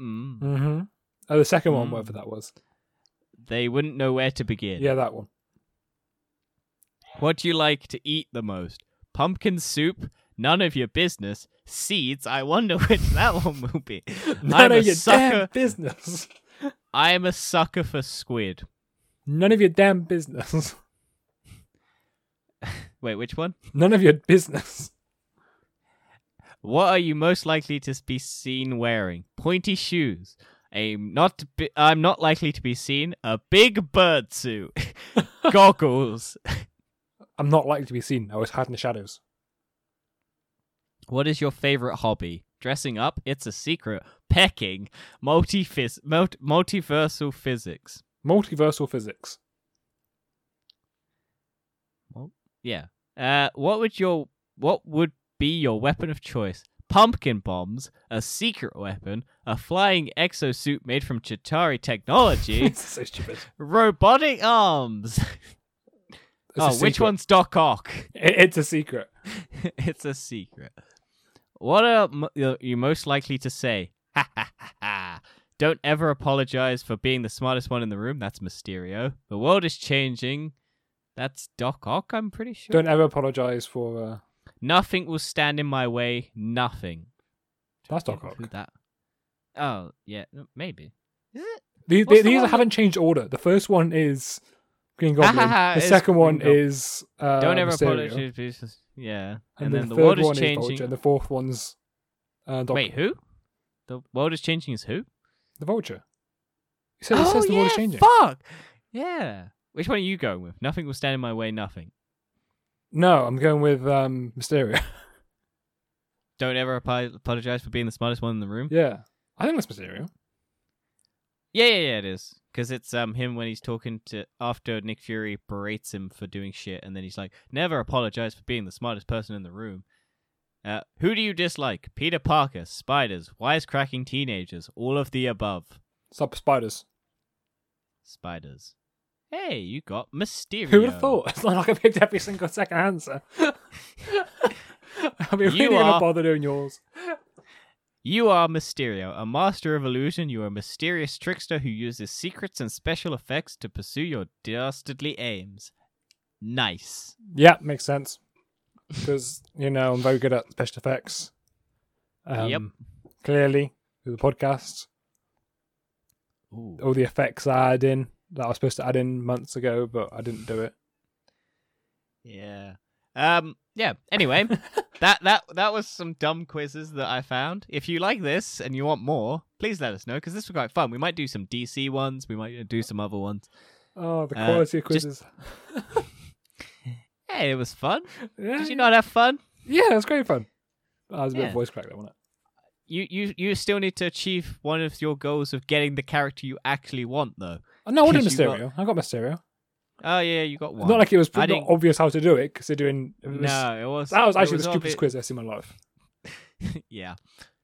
Speaker 1: Mm.
Speaker 2: Mm-hmm. Oh, the second one,
Speaker 1: Mm.
Speaker 2: whatever that was.
Speaker 1: They wouldn't know where to begin.
Speaker 2: Yeah, that one.
Speaker 1: What do you like to eat the most? Pumpkin soup? None of your business. Seeds? I wonder (laughs) which that one will be.
Speaker 2: (laughs) None
Speaker 1: I'm a
Speaker 2: of your damn
Speaker 1: sucker.
Speaker 2: business. (laughs)
Speaker 1: I am a sucker for squid.
Speaker 2: None of your damn business.
Speaker 1: Wait, which one?
Speaker 2: None of your business. (laughs)
Speaker 1: What are you most likely to be seen wearing? Pointy shoes. A not to be, I'm not likely to be seen. A big bird suit. (laughs) Goggles.
Speaker 2: I'm not likely to be seen. I was hiding in the shadows.
Speaker 1: What is your favorite hobby? Dressing up? It's a secret. Pecking. Multifis- multi- multiversal physics.
Speaker 2: Multiversal physics.
Speaker 1: Yeah. Uh, what would your what would be your weapon of choice? Pumpkin bombs, a secret weapon, a flying exosuit made from
Speaker 2: (laughs)
Speaker 1: Chitari technology,
Speaker 2: so stupid.
Speaker 1: robotic arms. (laughs)
Speaker 2: It's a
Speaker 1: oh, which
Speaker 2: secret.
Speaker 1: one's Doc Ock?
Speaker 2: It- it's a secret.
Speaker 1: (laughs) it's a secret. What are m- you're- you most likely to say? Ha ha ha ha. Don't ever apologize for being the smartest one in the room. That's Mysterio. The world is changing. That's Doc Ock, I'm pretty sure.
Speaker 2: Don't ever apologize for. Uh,
Speaker 1: Nothing will stand in my way. Nothing.
Speaker 2: that's Doc
Speaker 1: Yeah,
Speaker 2: Ock.
Speaker 1: who That. Oh, yeah, n- maybe. Is it?
Speaker 2: These,
Speaker 1: What's the
Speaker 2: these
Speaker 1: one
Speaker 2: haven't changed order. The first one is Green Goblin. the
Speaker 1: It's
Speaker 2: second one
Speaker 1: Green Goblin.
Speaker 2: is uh,
Speaker 1: Don't ever
Speaker 2: Mysterio.
Speaker 1: apologize. for being s- Yeah.
Speaker 2: And, then, the,
Speaker 1: the world
Speaker 2: third one
Speaker 1: is
Speaker 2: is
Speaker 1: changing.
Speaker 2: Vulture, and the fourth one's uh, Doc-
Speaker 1: Wait, who? The world is changing is who?
Speaker 2: the Vulture. It says, it says the world is changing.
Speaker 1: Oh, Fuck. Yeah. Which one are you going with? Nothing will stand in my way. Nothing.
Speaker 2: No, I'm going with um,
Speaker 1: (laughs)
Speaker 2: Mysterio.
Speaker 1: Don't ever apo- apologize for being the smartest one in the room.
Speaker 2: yeah, I think that's Mysterio.
Speaker 1: Yeah, yeah, yeah. It is because it's um him when he's talking to after Nick Fury berates him for doing shit, and then he's like, "Never apologize for being the smartest person in the room." Uh, who do you dislike? Peter Parker, spiders, wisecracking teenagers, all of the above.
Speaker 2: Sub spiders.
Speaker 1: Spiders. Hey, you got Mysterio.
Speaker 2: Who would have thought? (laughs) It's not like I picked every single second answer. (laughs) I'll be
Speaker 1: You
Speaker 2: really gonna
Speaker 1: are-
Speaker 2: bother doing yours.
Speaker 1: You are Mysterio, a master of illusion. You are a mysterious trickster who uses secrets and special effects to pursue your dastardly aims. Nice.
Speaker 2: Yeah, makes sense. Because you know I'm very good at special effects. Um,
Speaker 1: Yep.
Speaker 2: Clearly, with the podcast, all the effects I add in that I was supposed to add in months ago, but I didn't do it.
Speaker 1: Yeah. Um. Yeah. Anyway, that that that was some dumb quizzes that I found. If you like this and you want more, please let us know because this was quite fun. We might do some DC ones. We might do some other ones.
Speaker 2: Oh, the
Speaker 1: Uh,
Speaker 2: quality of
Speaker 1: just-
Speaker 2: quizzes.
Speaker 1: Hey, it was fun.
Speaker 2: Yeah,
Speaker 1: Did you not have fun?
Speaker 2: yeah, it was great fun. I was a bit
Speaker 1: Yeah.
Speaker 2: of voice crack there, wasn't
Speaker 1: You you you still need to achieve one of your goals of getting the character you actually want, though.
Speaker 2: it? No, I did
Speaker 1: Because you got-
Speaker 2: Mysterio. I got Mysterio.
Speaker 1: Oh yeah, you got one.
Speaker 2: Not like it was
Speaker 1: I
Speaker 2: not
Speaker 1: didn't-
Speaker 2: obvious how to do it, considering it was,
Speaker 1: No, it was.
Speaker 2: that was
Speaker 1: it
Speaker 2: actually the
Speaker 1: all
Speaker 2: stupidest
Speaker 1: bit-
Speaker 2: quiz I've seen in my life.
Speaker 1: yeah.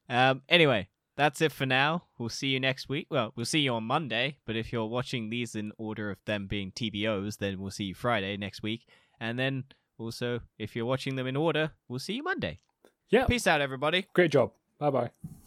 Speaker 1: Um. Anyway, that's it for now. We'll see you next week. Well, we'll see you on Monday. But if you're watching these in order of them being TBOs, then we'll see you Friday next week. And then also, if you're watching them in order, we'll see you Monday.
Speaker 2: Yeah.
Speaker 1: Peace out, everybody.
Speaker 2: Great job. Bye bye.